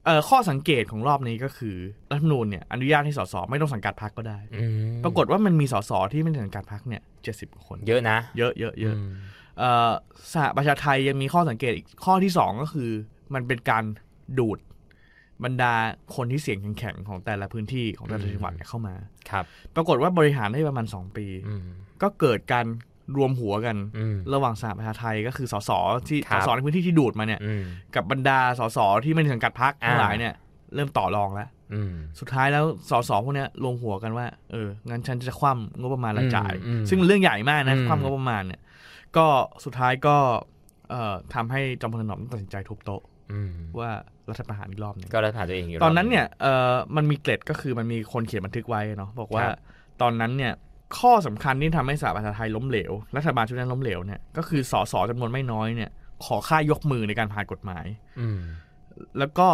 Speaker 4: เอ่อข้อสังเกตของรอบนี้ก็คือรัฐธรรมนูญเนี่ยอนุญาตให้สสไม่ต้องสังกัดพรรคก็ได้
Speaker 3: อืม
Speaker 4: ปรากฏว่ามันมีสสที่ไม่ได้สังกัดพรรคเนี่ยเจ็ดสิบคน
Speaker 3: เยอะนะ
Speaker 4: เยอะเยอะเยอะ
Speaker 3: อืม
Speaker 4: เอ่อสหประชาไทยยังมีข้อสังเกตอีกข้อที่สองก็คือ มันเป็นการดูดบรรดาคนที่เสียงแข็งๆของแต่ละพื้นที่ของแต่ละจังหวัดเนี่ยเข้ามา
Speaker 3: ครับ
Speaker 4: ปรากฏว่าบริหารได้ประมาณสองปี
Speaker 3: อืม
Speaker 4: ก็เกิดการรวมหัวกัน
Speaker 3: อืม
Speaker 4: ระหว่างสหประชาไทยก็คือสสที่
Speaker 3: ครั
Speaker 4: ส
Speaker 3: บ
Speaker 4: สในพื้นที่ที่ดูดมาเนี่ย
Speaker 3: อืม
Speaker 4: กับบรรดาสสที่ไม่ได้สังกัดพัก
Speaker 3: อ่า
Speaker 4: ทั้งหลายเนี่ยเริ่มต่อรองแล้ว
Speaker 3: อืม
Speaker 4: สุดท้ายแล้วสสพวกเนี้ยรวมหัวกันว่าเอองั้นฉันจะคว่ำงบประมาณรายจ่าย
Speaker 3: อืมอืม
Speaker 4: ซึ่งเรื่องใหญ่มากนะ
Speaker 3: อืม
Speaker 4: คว่ำงบประมาณเนี่ยก็สุดท้ายก็เอ่อทำให้จอมพลถนอมตัดสินใจทุบโต๊ะ
Speaker 3: อืม
Speaker 4: ว่ารัฐประหารอีกรอบหนึง
Speaker 3: ก็รัฐผ่านตัวเองอยู่
Speaker 4: ตอนนั้นเนี่ยเอ่อมันมีเกร็ดก็คือมันมีคนเขียนบันทึกไว้เนาะบอกว่า
Speaker 3: ครับ
Speaker 4: ตอนนั้นเนี่ยข้อสำคัญที่ทำให้สหประชาไทยล้มเหลวรัฐบาลชุดนั้นล้มเหลวเนี่ยก็คือสสจำนวนไม่น้อยเนี่ยขอค่ายกมือในการผ่านกฎหมาย
Speaker 3: อืม
Speaker 4: แล้วก็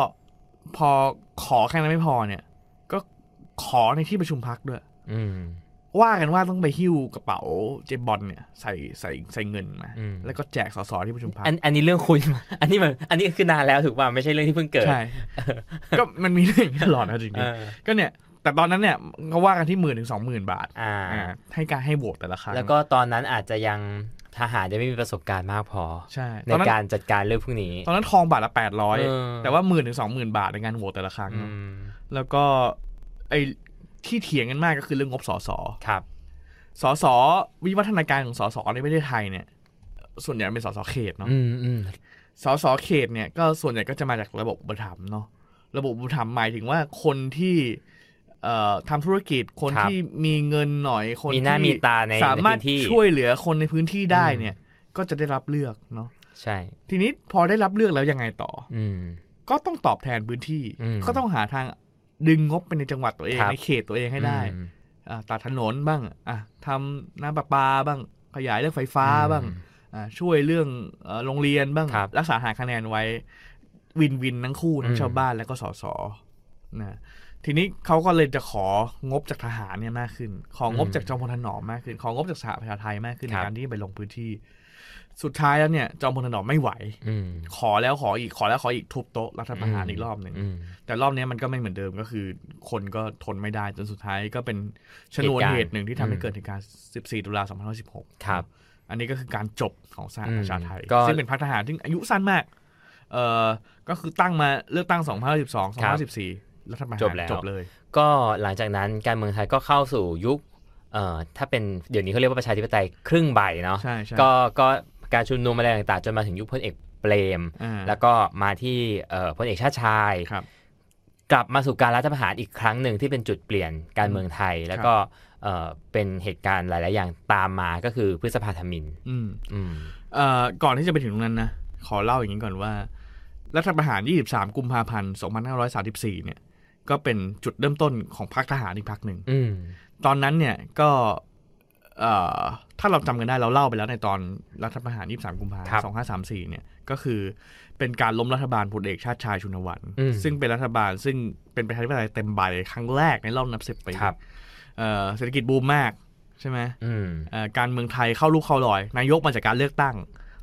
Speaker 4: พอขอแค่นั้นไม่พอเนี่ย ก็ขอในที่ประชุมพักด้วย
Speaker 3: อืม
Speaker 4: ว่ากันว่าต้องไปหิ้วกระเป๋าเจบอลเนี่ยใส่ใส่ใส่เงินมา
Speaker 3: อืม
Speaker 4: แล้วก็แจกสสที่ประชุมพัก
Speaker 3: อันอันนี้เรื่องคุยมา [laughs] อันนี้มันอันนี้คือนานแล้วถูกป่ะไม่ใช่เรื่องที่เพิ่งเกิด
Speaker 4: ใช่ ก็มันมีเรื่องอย่างนี้ตลอดนะจริง
Speaker 3: เออ
Speaker 4: ๆก็เนี่ย แต่ตอนนั้นเนี่ยเขาว่ากันที่หมื่นถึงสองหมื่นบาท
Speaker 3: อ่า
Speaker 4: อ่าให้การให้โหวตแต่ละครั้ง
Speaker 3: แล้วก็ตอนนั้นอาจจะยังทหารยังไม่มีประสบการณ์มากพอ
Speaker 4: ใช่
Speaker 3: ใน
Speaker 4: ตอนนั้น
Speaker 3: การจัดการเรื่องพวกนี้
Speaker 4: ตอนนั้นทองบาทละแปดร้อย
Speaker 3: เออ
Speaker 4: แต่ว่าหมื่นถึงสองหมื่นบาทในการโหวตแต่ละครั้ง
Speaker 3: อืม
Speaker 4: แล้วก็ไอ้ที่เถียงกันมากก็คือเรื่องงบสส
Speaker 3: ครับ
Speaker 4: สสวิวัฒนาการของสสในประเทศไทยเนี่ย ส่วนใหญ่เป็นสสเขตเนาะ
Speaker 3: อืมอืม
Speaker 4: สสเขตเนี่ยก็ส่วนใหญ่ก็จะมาจากระบบอุปถัมภ์เนาะระบบอุปถัมภ์หมายถึงว่าคนที่เอ่อทำธุรกิจคนที่มีเงินหน่อยคน
Speaker 3: มีหน้ามี
Speaker 4: ที่
Speaker 3: ตาใน
Speaker 4: สามารถ
Speaker 3: ในพื้นที่
Speaker 4: ช่วยเหลือคนในพื้นที่ได้เนี่ย ก็จะได้รับเลือกเนาะ
Speaker 3: ใช่
Speaker 4: ทีนี้พอได้รับเลือกแล้วยังไงต่อ
Speaker 3: อืม
Speaker 4: ก็ต้องตอบแทนพื้นที่
Speaker 3: อืม
Speaker 4: ก็ต้องหาทางดึงงบไปในจังหวัดตัวเอง
Speaker 3: ครับ
Speaker 4: ในเขตตัวเองให้ได้
Speaker 3: อืม
Speaker 4: อ่าตัดถนนบ้างอ่ะทำน้ำประปาบ้าง ขยายเรื่องไฟฟ้าบ้างอ่าช่วยเรื่องเอ่อโรงเรียนบ้าง
Speaker 3: ครับ
Speaker 4: รักษาหาคะแนนไว้ วินวินทั้งคู่ทั้
Speaker 3: อื
Speaker 4: ง
Speaker 3: ม
Speaker 4: ชาวบ้านแล้วก็สสนะทีนี้เขาก็เลยจะของบจากทหารเนี่ยมากขึ้น ของงบจากจอมพลถนอมมากขึ้น ของงบจากสหประชาไทยมากขึ้นในการที่ไปลงพื้นที่ สุดท้ายแล้วเนี่ย จอมพลถนอมไม่ไหว
Speaker 3: อืม
Speaker 4: ขอแล้วขออีกขอแล้วขออีกทุบโต๊ะรัฐประหารอีกรอบหนึ่ง
Speaker 3: อืม
Speaker 4: แต่รอบเนี้ยมันก็ไม่เหมือนเดิมก็คือ คนก็ทนไม่ได้จนสุดท้ายก็เป็นชนวน
Speaker 3: เหตุการณ์
Speaker 4: เหตุหนึ่งที่ทำให้
Speaker 3: อืม
Speaker 4: เกิดเหตุการณ์ 14 ตุลา2516
Speaker 3: ครับ
Speaker 4: อันนี้ก็คือการจบของสหประชาไทย
Speaker 3: อืมก็
Speaker 4: ซึ่งเป็นพรรคทหารที่อายุสั้นมาก เอ่อก็คือตั้งมาเลือกตั้ง 2012
Speaker 3: ครับ
Speaker 4: 2014รัฐบาล
Speaker 3: จบแล้ว
Speaker 4: จบเลย
Speaker 3: ก็หลังจากนั้นการเมืองไทยก็เข้าสู่ยุคเอ่อถ้าเป็นเดี๋ยวนี้เขาเรียกว่าประชาธิปไตยครึ่งใบเนาะ
Speaker 4: ใช่ใช่
Speaker 3: ก็ก็การชุมนุมอะไรต่างๆจนมาถึงยุคพลเอกเปรม
Speaker 4: อ่า
Speaker 3: แล้วก็มาที่เอ่อพลเอกชาติชาย
Speaker 4: ครับ
Speaker 3: กลับมาสู่การรัฐประหารอีกครั้งหนึ่งที่เป็นจุดเปลี่ยนการเมืองไทย แล้วก็เอ่อเป็นเหตุการณ์หลาย ๆ อย่างตามมาก็คือพฤษภาธมิน
Speaker 4: อืม
Speaker 3: อืม
Speaker 4: เอ่อก่อนที่จะไปถึงตรงนั้นนะ ขอเล่าอย่างนี้ก่อนว่า รัฐประหาร 23 กุมภาพันธ์ 2534 เนี่ย ก็เป็นจุดเริ่มต้นของพรรคทหารอีกพรรคหนึ่ง
Speaker 3: อืม
Speaker 4: ตอนนั้นเนี่ยก็เอ่อถ้าเราจำกันได้เราเล่าไปแล้วในตอนรัฐประหาร 23 กุมภาพันธ์ 2534 เนี่ยก็คือเป็นการล้มรัฐบาลพลเอกชาติชายชุนวัน ซึ่งเป็นรัฐบาลซึ่งเป็นประชาธิปไตยเต็มใบครั้งแรกในรอบนับสิบปี
Speaker 3: ครับ
Speaker 4: เอ่อเศรษฐกิจบูมมากใช่ไหม
Speaker 3: อืม
Speaker 4: เอ่อการเมืองไทยเข้าลูกเข้ารอย นายกมาจากการเลือกตั้ง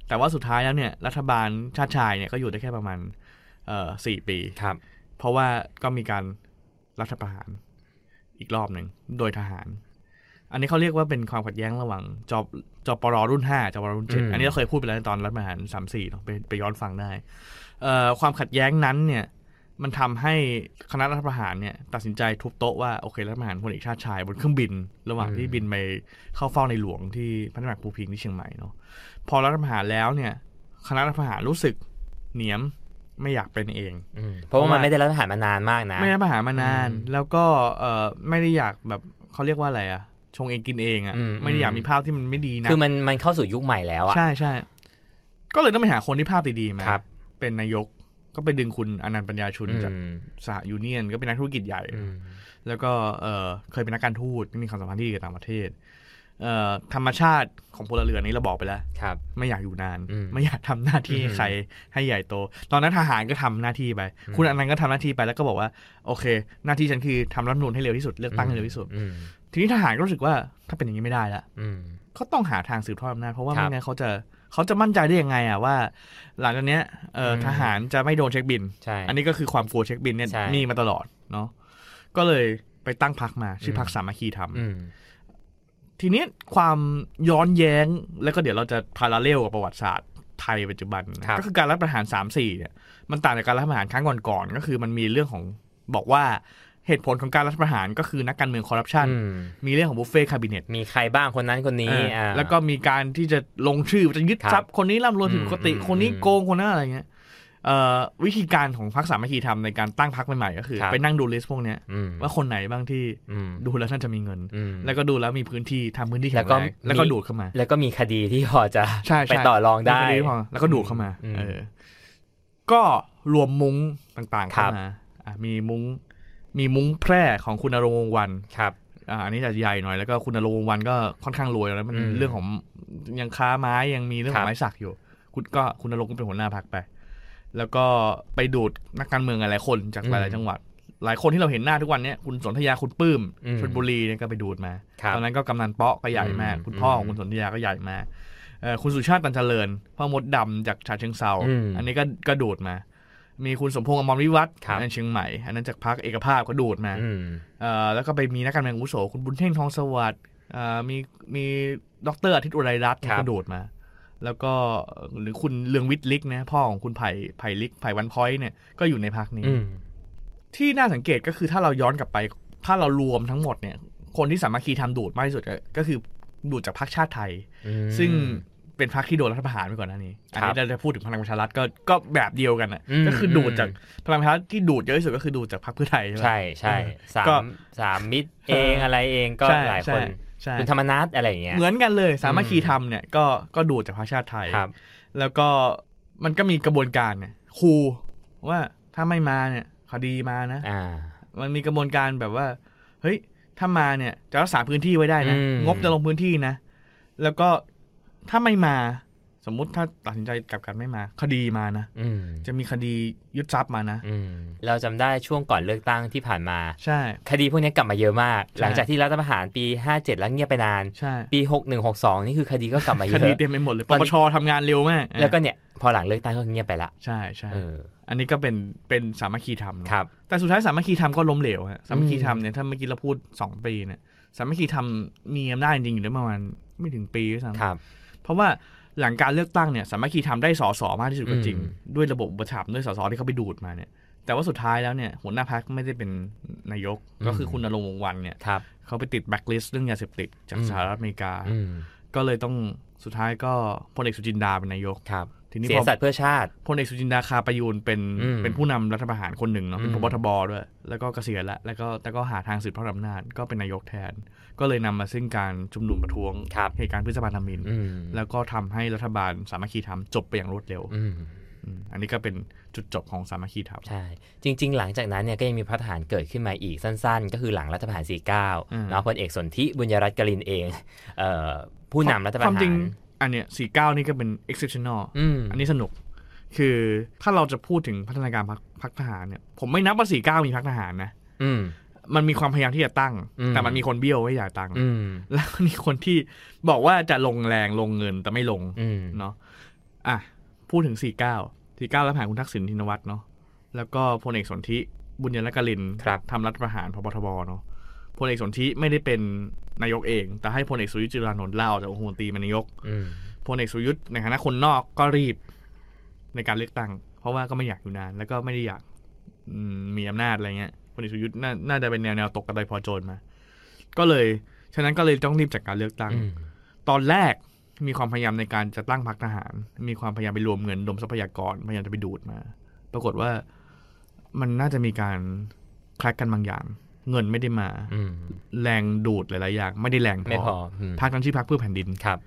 Speaker 4: แต่ว่าสุดท้ายแล้วเนี่ยรัฐบาลชาติชายเนี่ยก็อยู่ได้แค่ประมาณเอ่อสี่ปี
Speaker 3: ครับ
Speaker 4: เพราะว่าก็มีการรัฐประหารอีกรอบหนึ่งโดยทหาร อันนี้เขาเรียกว่าเป็นความขัดแย้งระหว่างจอจปรรุ่นห้าจปรรุ่นเจ็ด
Speaker 3: อืม
Speaker 4: อันนี้เราเคยพูดไปแล้วในตอนรัฐประหารสามสี่เนาะไปไปย้อนฟังได้เอ่อความขัดแย้งนั้นเนี่ย มันทำให้คณะรัฐประหารเนี่ย ตัดสินใจทุบโต๊ะว่าโอเครัฐประหารพลเอกชาติชายบนเครื่องบิน ระหว่างที่บินไปเข้าเฝ้าในหลวงที่พระนครภูพิงค์ที่เชียงใหม่เนาะพอรัฐประหารแล้วเนี่ย คณะรัฐประหารรู้สึกเหนียมไม่อยากเป็นเอง
Speaker 3: อืมเพราะว่ามันไม่ได้รัฐประหารมานานมากนะ
Speaker 4: ไม่ได้มาหารมานาน แล้วก็เออไม่ได้อยากแบบเขาเรียกว่าอะไรอะ ชงเองกินเองอะ่ะ
Speaker 3: อืม
Speaker 4: ไม่ได้อยากมีภาพที่มันไม่ดีนะ
Speaker 3: คือมันมันเข้าสู่ยุคใหม่แล้วอ่ะ
Speaker 4: ใช่ใช่ก็เลยต้องไปหาคนที่ภาพดีๆมา
Speaker 3: ครับ
Speaker 4: เป็นนายกก็ไปดึงคุณอนันต์ปัญญาชุน
Speaker 3: อืม
Speaker 4: จากสหยูเนียน ก็เป็นนักธุรกิจใหญ่
Speaker 3: อืม
Speaker 4: แล้วก็เออเคยเป็นนักการทูตมีความสัมพันธ์ที่ดีกับต่างประเทศเอ่อธรรมชาติของพลเรือนนี้เราบอกไปแล้ว
Speaker 3: ครับ
Speaker 4: ไม่อยากอยู่นาน
Speaker 3: อืม
Speaker 4: ไม่อยากทำหน้าที่ให้ใครให้ใหญ่โต ตอนนั้นทหารก็ทำหน้าที่ไป คุณอนันต์ก็ทำหน้าที่ไปแล้วก็บอกว่าโอเค หน้าที่ฉันคือทำรัฐธรรมนูลให้เร็วที่สุดเลือกตั้งให้เร็วที่สุด
Speaker 3: อืม
Speaker 4: ทีนี้ทหารก็รู้สึกว่าถ้าเป็นอย่างนี้ไม่ได้ละ
Speaker 3: อืม
Speaker 4: เขาต้องหาทางสืบทอดอำนาจเพราะว่า
Speaker 3: ครับ
Speaker 4: ไม่งั้นเขาจะเขาจะมั่นใจได้ยังไงอ่ะว่า หลังจากเนี้ยเอ่ออ
Speaker 3: ม
Speaker 4: ทหารจะไม่โดนเช็คบิน
Speaker 3: ใช่
Speaker 4: อันนี้ก็คือความกลัวเช็คบินเนี่ย
Speaker 3: ใช่
Speaker 4: มีมาตลอดเนาะก็เลยไปตั้งพักมาชื่ออ
Speaker 3: ม
Speaker 4: พักสามัคคีธรรม
Speaker 3: อืม
Speaker 4: ทีนี้ความย้อนแย้งแล้วก็เดี๋ยวเราจะพาราเลลกับประวัติศาสตร์ไทยปัจจุบันนะครับ ก็คือการรัฐประหาร 3 4เนี่ยมันต่างจากการรัฐประหารครั้งก่อนๆก็คือมันมีเรื่องของบอกว่าเหตุผลของการรัฐประหารก็คือนักการเมืองคอร์รัปชัน
Speaker 3: อืม
Speaker 4: มีเรื่องของบุฟเฟ่คาบิเนต
Speaker 3: มีใครบ้างคนนั้นคนนี้อ่า
Speaker 4: แล้วก็มีการที่จะลงชื่อจะยึด
Speaker 3: ครับ
Speaker 4: ทรัพย์คนนี้ร่ำรวยผิดปกติ
Speaker 3: อืม
Speaker 4: คนนี้
Speaker 3: อืม
Speaker 4: โกงคนนั้นอะไรเงี้ยเอ่อวิธีการของพรรคสามัคคีธรรมในการตั้งพรรคใหม่ๆก็คือ
Speaker 3: ครับ
Speaker 4: ไปนั่งดูลิสต์พวกเนี้ย
Speaker 3: อืม
Speaker 4: ว่าคนไหนบ้างที่
Speaker 3: อืม
Speaker 4: ดูแล้วท่านจะมีเงิน
Speaker 3: อืม
Speaker 4: แล้วก็ดูแล้วมีพื้นที่ทำพื้นที่แข็ง
Speaker 3: แล้วก็
Speaker 4: แรงแล้วก็
Speaker 3: มี
Speaker 4: ดูดเข้ามา
Speaker 3: แล้วก็มีคดีที่พอจะ
Speaker 4: ใช่ใช่
Speaker 3: ไปต่อรองได้
Speaker 4: แค่นี้พอแล้วก็ดูดเข้ามา
Speaker 3: อืม
Speaker 4: เออ ก็รวมมุ้งต่างๆ
Speaker 3: ครั
Speaker 4: เข้า
Speaker 3: บ
Speaker 4: มาอ่ะมีมุ้ง มีมุ้งแพร่ของคุณนรงค์วงศ์วัน
Speaker 3: ครับ
Speaker 4: อ่ะอันนี้จะใหญ่หน่อยแล้วก็คุณนรงค์วงศ์วันก็ค่อนข้างรวยแล้วมัน
Speaker 3: อืม
Speaker 4: เรื่องของยังค้าไม้ยังมีเรื่องข
Speaker 3: ครั
Speaker 4: อบ งไม้สักอยู่ คุณก็คุณนรงค์ก็เป็นหัวหน้าพรรคไป แล้วก็ไปดูดนักการเมืองหลายๆคนจากหลายๆจังหวัด หลายคนที่เราเห็นหน้าทุกวันเนี้ยคุณสนธยาคุณปื้ม
Speaker 3: อืม
Speaker 4: ชลบุรีเนี่ยก็ไปดูดมา
Speaker 3: ครับ
Speaker 4: ตอนนั้นก็กำนันเปาะก็ใหญ่มาก
Speaker 3: อืม
Speaker 4: คุณพ่อขอ
Speaker 3: อื
Speaker 4: ง
Speaker 3: ม
Speaker 4: คุณสนธยาก็ใหญ่มากเอ่อคุณสุชาติตันเจริญ พ่อมดดำจากฉะเชิงเซา
Speaker 3: อืม
Speaker 4: อันนี้ก็ก็โดดมา มีคุณสมพงษ์อมรวิวัฒน์
Speaker 3: ครับ
Speaker 4: อันเชียงใหม่ อันนั้นจากพรรคเอกภาพก็โดดมา
Speaker 3: อืม
Speaker 4: เอ่อแล้วก็ไปมีนักการเมืองอาวุโสคุณบุญเท่งทองสวัสดิ์เอ่อมีมีดรอาทิตย์อุไรรัตน์
Speaker 3: ครับ
Speaker 4: ก็โดดมา แล้วก็หรือคุณเลืองวิทย์ลิกนะพ่อของคุณไผ่ไผ่ลิกไผ่วันพ้อยเนี่ยก็อยู่ในพรรคนี้
Speaker 3: อืม
Speaker 4: ที่น่าสังเกตก็คือถ้าเราย้อนกลับไป ถ้าเรารวมทั้งหมดเนี่ย คนที่สามัคคีทำดูดมากที่สุดก็ก็คือดูดจากพรรคชาติไทย ซึ่งเป็นพรรคที่โดนรัฐประหารไปก่อนหน้านี้ อันนี้
Speaker 3: ครับ
Speaker 4: เราจะพูดถึงพลังประชารัฐก็ก็แบบเดียวกันอ่ะ
Speaker 3: อืม
Speaker 4: ก็คือดูดจากพลังประชารัฐที่ดูดเยอะที่สุดก็คือดูดจากพรรคเพื่อไทยใช่ไหม
Speaker 3: ใช่ใช่สา
Speaker 4: ก็
Speaker 3: มสามมิตรเอง
Speaker 4: เอออ
Speaker 3: อะไรเองก็
Speaker 4: ใช่
Speaker 3: หลายค
Speaker 4: ใช่
Speaker 3: น
Speaker 4: ใช่
Speaker 3: คุณธรรมนัทอะไรอย่างเงี้ย
Speaker 4: เหมือนกันเลย สามัคคีทำเนี่ยก็ก็ดูดจากพรรคชาติไทย
Speaker 3: ครับ
Speaker 4: แล้วก็มันก็มีกระบวนการเนี่ยครูว่าถ้าไม่มาเนี่ยคดีมานะ
Speaker 3: อ่า
Speaker 4: มันมีกระบวนการแบบว่า เฮ้ย ถ้ามาเนี่ย จะรักษาพื้นที่ไว้ได้นะ
Speaker 3: อืม
Speaker 4: งบจะลงพื้นที่นะ แล้วก็ถ้าไม่มา สมมุติถ้าตัดสินใจกลับกันไม่มา คดีมานะ
Speaker 3: อืม
Speaker 4: จะมีคดียึดทรัพย์มานะ
Speaker 3: อืมเราจำได้ช่วงก่อนเลือกตั้งที่ผ่านมา
Speaker 4: ใช่
Speaker 3: คดีพวกนี้กลับมาเยอะมาก
Speaker 4: ใช่
Speaker 3: หลังจากที่รัฐประหารปี 57 แล้วเงียบไปนาน
Speaker 4: ใช่
Speaker 3: ปี 6162 นี่คือคดีก็กลับมาเย
Speaker 4: ค
Speaker 3: อะ
Speaker 4: ดีเต็มไปหมดเลย
Speaker 3: ต
Speaker 4: ป
Speaker 3: อน
Speaker 4: ป
Speaker 3: นี้
Speaker 4: ชทำงานเร็วมาก
Speaker 3: แล้วก็เนี่ย พอหลังเลือกตั้งก็เงียบไปละ
Speaker 4: ใช่ใช่
Speaker 3: เออ
Speaker 4: อันนี้ก็เป็นเป็นสามัคคีธรรมเนอะ
Speaker 3: ครับ
Speaker 4: แต่สุดท้ายสามัคคีธรรมก็ล้มเหลวฮะสามัคคีธรรมเนี่ยถ้าเมื่อกี้เราพูดสองปีเนี่ยสามัคคีธรรมมีอำนาจจริงๆอยู่ได้ประมาณไม่ถึงปีด้วยซ้ำ
Speaker 3: ครับ
Speaker 4: เพราะว่าหลังการเลือกตั้งเนี่ยสามัคคีทำได้สอสอมากที่สุดก็จริง
Speaker 3: อืม
Speaker 4: ด้วยระบบอุประถัมภ์ด้วยสอสอที่เขาไปดูดมาเนี่ย แต่ว่าสุดท้ายแล้วเนี่ยหัวหน้าพักไม่ได้เป็นนายกก็คือคุณนรงค์วงศ์วันเนี่ย
Speaker 3: ครับ
Speaker 4: เขาไปติดแบล็คลิสต์เรื่องยาเสพติดจาก
Speaker 3: อืม
Speaker 4: สหรัฐอเมริกา
Speaker 3: อืม
Speaker 4: ก็เลยต้องสุดท้ายก็พลเอกสุจินดาเป็นนายก
Speaker 3: ครับ
Speaker 4: ทีนี้
Speaker 3: เสี
Speaker 4: พ
Speaker 3: ย
Speaker 4: อ
Speaker 3: สัตว์เพื่อชาติ
Speaker 4: พลเอกสุจินดาคาประยูนเป็น
Speaker 3: อืม
Speaker 4: เป็นผู้นำรัฐประหารคนหนึ่งเนาะเป็น
Speaker 3: อื
Speaker 4: พ
Speaker 3: ม
Speaker 4: บทบด้วย แล้วก็เกษียณละแล้วก็แต่ก็หาทางสืบทอดอำนาจก็เป็นนายกแทน ก็เลยนำมาซึ่งการชุมนุมประท้วง
Speaker 3: ครับ
Speaker 4: เหตุการณ์พฤษภาธมิน
Speaker 3: อืม
Speaker 4: แล้วก็ทำให้รัฐบาลสามัคคีธรรมจบไปอย่างรวดเร็ว
Speaker 3: อืม
Speaker 4: อืมอันนี้ก็เป็นจุดจบของสามัคคีธรรม
Speaker 3: ใช่ จริง ๆ หลังจากนั้นเนี่ยก็ยังมีพัฒหารเกิดขึ้นมาอีกสั้น ๆ ก็คือหลังรัฐประหาร 49เนาะพลเอกสนธิบุญยรัตน์กลินเองเอ่อผู้นำรัฐประ
Speaker 4: ความ
Speaker 3: หา
Speaker 4: จริ
Speaker 3: รง
Speaker 4: อันเนี้ยสี่เก้านี่ก็เป็น exceptional
Speaker 3: อืม
Speaker 4: อันนี้สนุก คือถ้าเราจะพูดถึงพัฒนาการพรรคพรรคทหารเนี่ย ผมไม่นับว่าสี่เก้ามีพรรคทหารนะ
Speaker 3: อืม
Speaker 4: มันมีความพยายามที่จะตั้ง
Speaker 3: อืม
Speaker 4: แต่มันมีคนเบี้ยวไม่อยากตั้ง
Speaker 3: อืม
Speaker 4: แล้วก็มีคนที่บอกว่าจะลงแรงลงเงินแต่ไม่ลง
Speaker 3: อืม
Speaker 4: เนาะอ่ะพูดถึงสี่เก้าสี่เก้าแล้วผ่านคุณทักษิณชินวัตรเนาะแล้วก็พลเอกสนธิบุญยรัตน์กลิน
Speaker 3: ครับ
Speaker 4: ทำรัฐประหารพบทบเนาะพลเอกสนธิไม่ได้เป็นนายกเอง แต่ให้พลเอกสุยุทธ์จุลานนท์ลาออกจากองคมนตรีเป็นนายก
Speaker 3: อืม
Speaker 4: พลเอกสุยุทธ์ในฐานะคนนอกก็รีบในการเลือกตั้ง เพราะว่าก็ไม่อยากอยู่นาน แล้วก็ไม่ได้อยากอืมมีอำนาจอะไรเงี้ยพลเอกสุยุทธ์น่าน่าจะเป็นแนวแนวตกกระไดพอโจรมา ก็เลยฉะนั้นก็เลยต้องรีบจัดการเลือกตั้ง
Speaker 3: อืม
Speaker 4: ตอนแรกมีความพยายามในการจะตั้งพรรคทหาร มีความพยายามไปรวมเงินรวมทรัพยากรพยายามจะไปดูดมา ปรากฏว่ามันน่าจะมีการแคลกกันบางอย่าง เงินไม่ได้มา
Speaker 3: อืม
Speaker 4: แรงดูดหลายๆอย่างไม่ได้แรง
Speaker 3: ไม่พ
Speaker 4: พ
Speaker 3: อ
Speaker 4: อ
Speaker 3: อืม
Speaker 4: พักนั้นชื่อพักเพื่อแผ่นดิน
Speaker 3: ครับ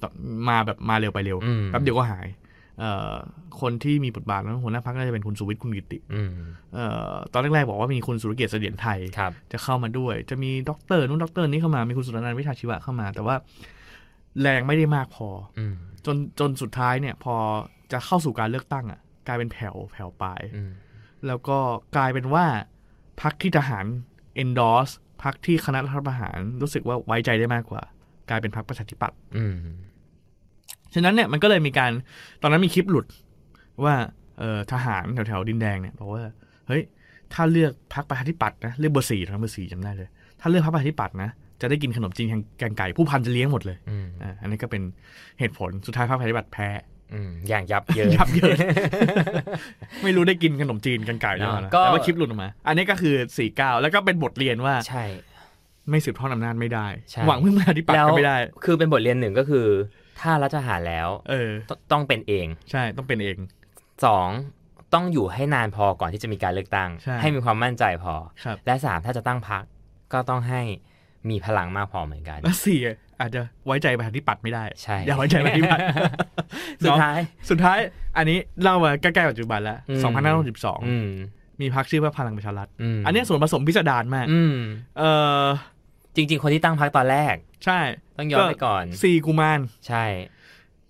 Speaker 4: ต่อมาแบบมาเร็วไปเร็ว
Speaker 3: อืม
Speaker 4: แป๊บเดียวก็หายเอ่อคนที่มีบทบาทแล้วหัวหน้าพักน่าจะเป็นคุณสุวิทย์คุณกิติ
Speaker 3: อืม
Speaker 4: เอ่อตอนแรกๆบอกว่ามีคุณสุรเกียรติเสถียรไทย
Speaker 3: ครับ
Speaker 4: จะเข้ามาด้วย จะมีด็อกเตอร์นู้นด็อกเตอร์นี้เข้ามา มีคุณสุรนันท์วิชาชีวะเข้ามา แต่ว่าแรงไม่ได้มากพอ
Speaker 3: อืม
Speaker 4: จนจนสุดท้ายเนี่ย พอจะเข้าสู่การเลือกตั้งอ่ะ กลายเป็นแผ่วแผ่วปลาย
Speaker 3: อืม
Speaker 4: แล้วก็กลายเป็นว่าพักที่ทหาร endorse พักที่คณะรัฐประหารรู้สึกว่าไว้ใจได้มากกว่า กลายเป็นพักประชาธิปัตย์
Speaker 3: อืม
Speaker 4: ฉะนั้นเนี่ยมันก็เลยมีการตอนนั้นมีคลิปหลุดว่าเออทหารแถวแถวๆดินแดงเนี่ยบอกว่าเฮ้ยถ้าเลือกพักประชาธิปัตย์นะเลือกเบอร์สี่นะเบอร์สี่จำได้เลย ถ้าเลือกพักประชาธิปัตย์นะจะได้กินขนมจีนแกงไก่ผู้พันจะเลี้ยงหมดเลย
Speaker 3: อืม
Speaker 4: อ่าอันนี้ก็เป็นเหตุผลสุดท้ายพรรคประชาธิปัตย์แพ้
Speaker 3: อืมอย่างยับเยิน
Speaker 4: ยับเยิน [laughs] ไม่รู้ได้กินขนมจีนกันไก่หรือเปล่านะ
Speaker 3: ก็
Speaker 4: แต่ว่าคลิปหลุดออกมา อันนี้ก็คือสี่เก้าแล้วก็เป็นบทเรียนว่า
Speaker 3: ใช่
Speaker 4: ไม่สืบทอดอำนาจไม่ได้
Speaker 3: ใช่
Speaker 4: หวังพึ่งมาที่ปัตย์ก็ไม่ได้
Speaker 3: คือเป็นบทเรียนหนึ่งก็คือ ถ้ารัฐทหารแล้ว
Speaker 4: เออ
Speaker 3: ตต้องเป็นเอง
Speaker 4: ใช่ต้องเป็นเอง
Speaker 3: สองต้องอยู่ให้นานพอก่อนที่จะมีการเลือกตั้ง
Speaker 4: ใช่
Speaker 3: มีความมั่นใจพอ
Speaker 4: ครับ
Speaker 3: และสามถ้าจะตั้งพักก็ต้องให้มีพลังมากพอเหมือนกัน
Speaker 4: แล้วสี่อาจจะไว้ใจประชาธิปัตย์ไม่ได้
Speaker 3: ใช่
Speaker 4: อย่าไว้ใจประชาธิปัตย์
Speaker 3: สุดท้าย
Speaker 4: สุดท้าย อันนี้เล่ามาใกล้ๆปัจจุบันแล้ว
Speaker 3: อืม
Speaker 4: สองพันห้าร้อยสิบสอง
Speaker 3: อืม
Speaker 4: มีพรรคชื่อว่าพลังประชารัฐ
Speaker 3: ม
Speaker 4: อันเนี้ยส่วนผสมพิสดารมาก
Speaker 3: อืม
Speaker 4: เออ
Speaker 3: จริง ๆ คนที่ตั้งพักตอนแรก
Speaker 4: ใช่
Speaker 3: ต้องย้อนไปก่อน
Speaker 4: สี่กุมาร
Speaker 3: ใช่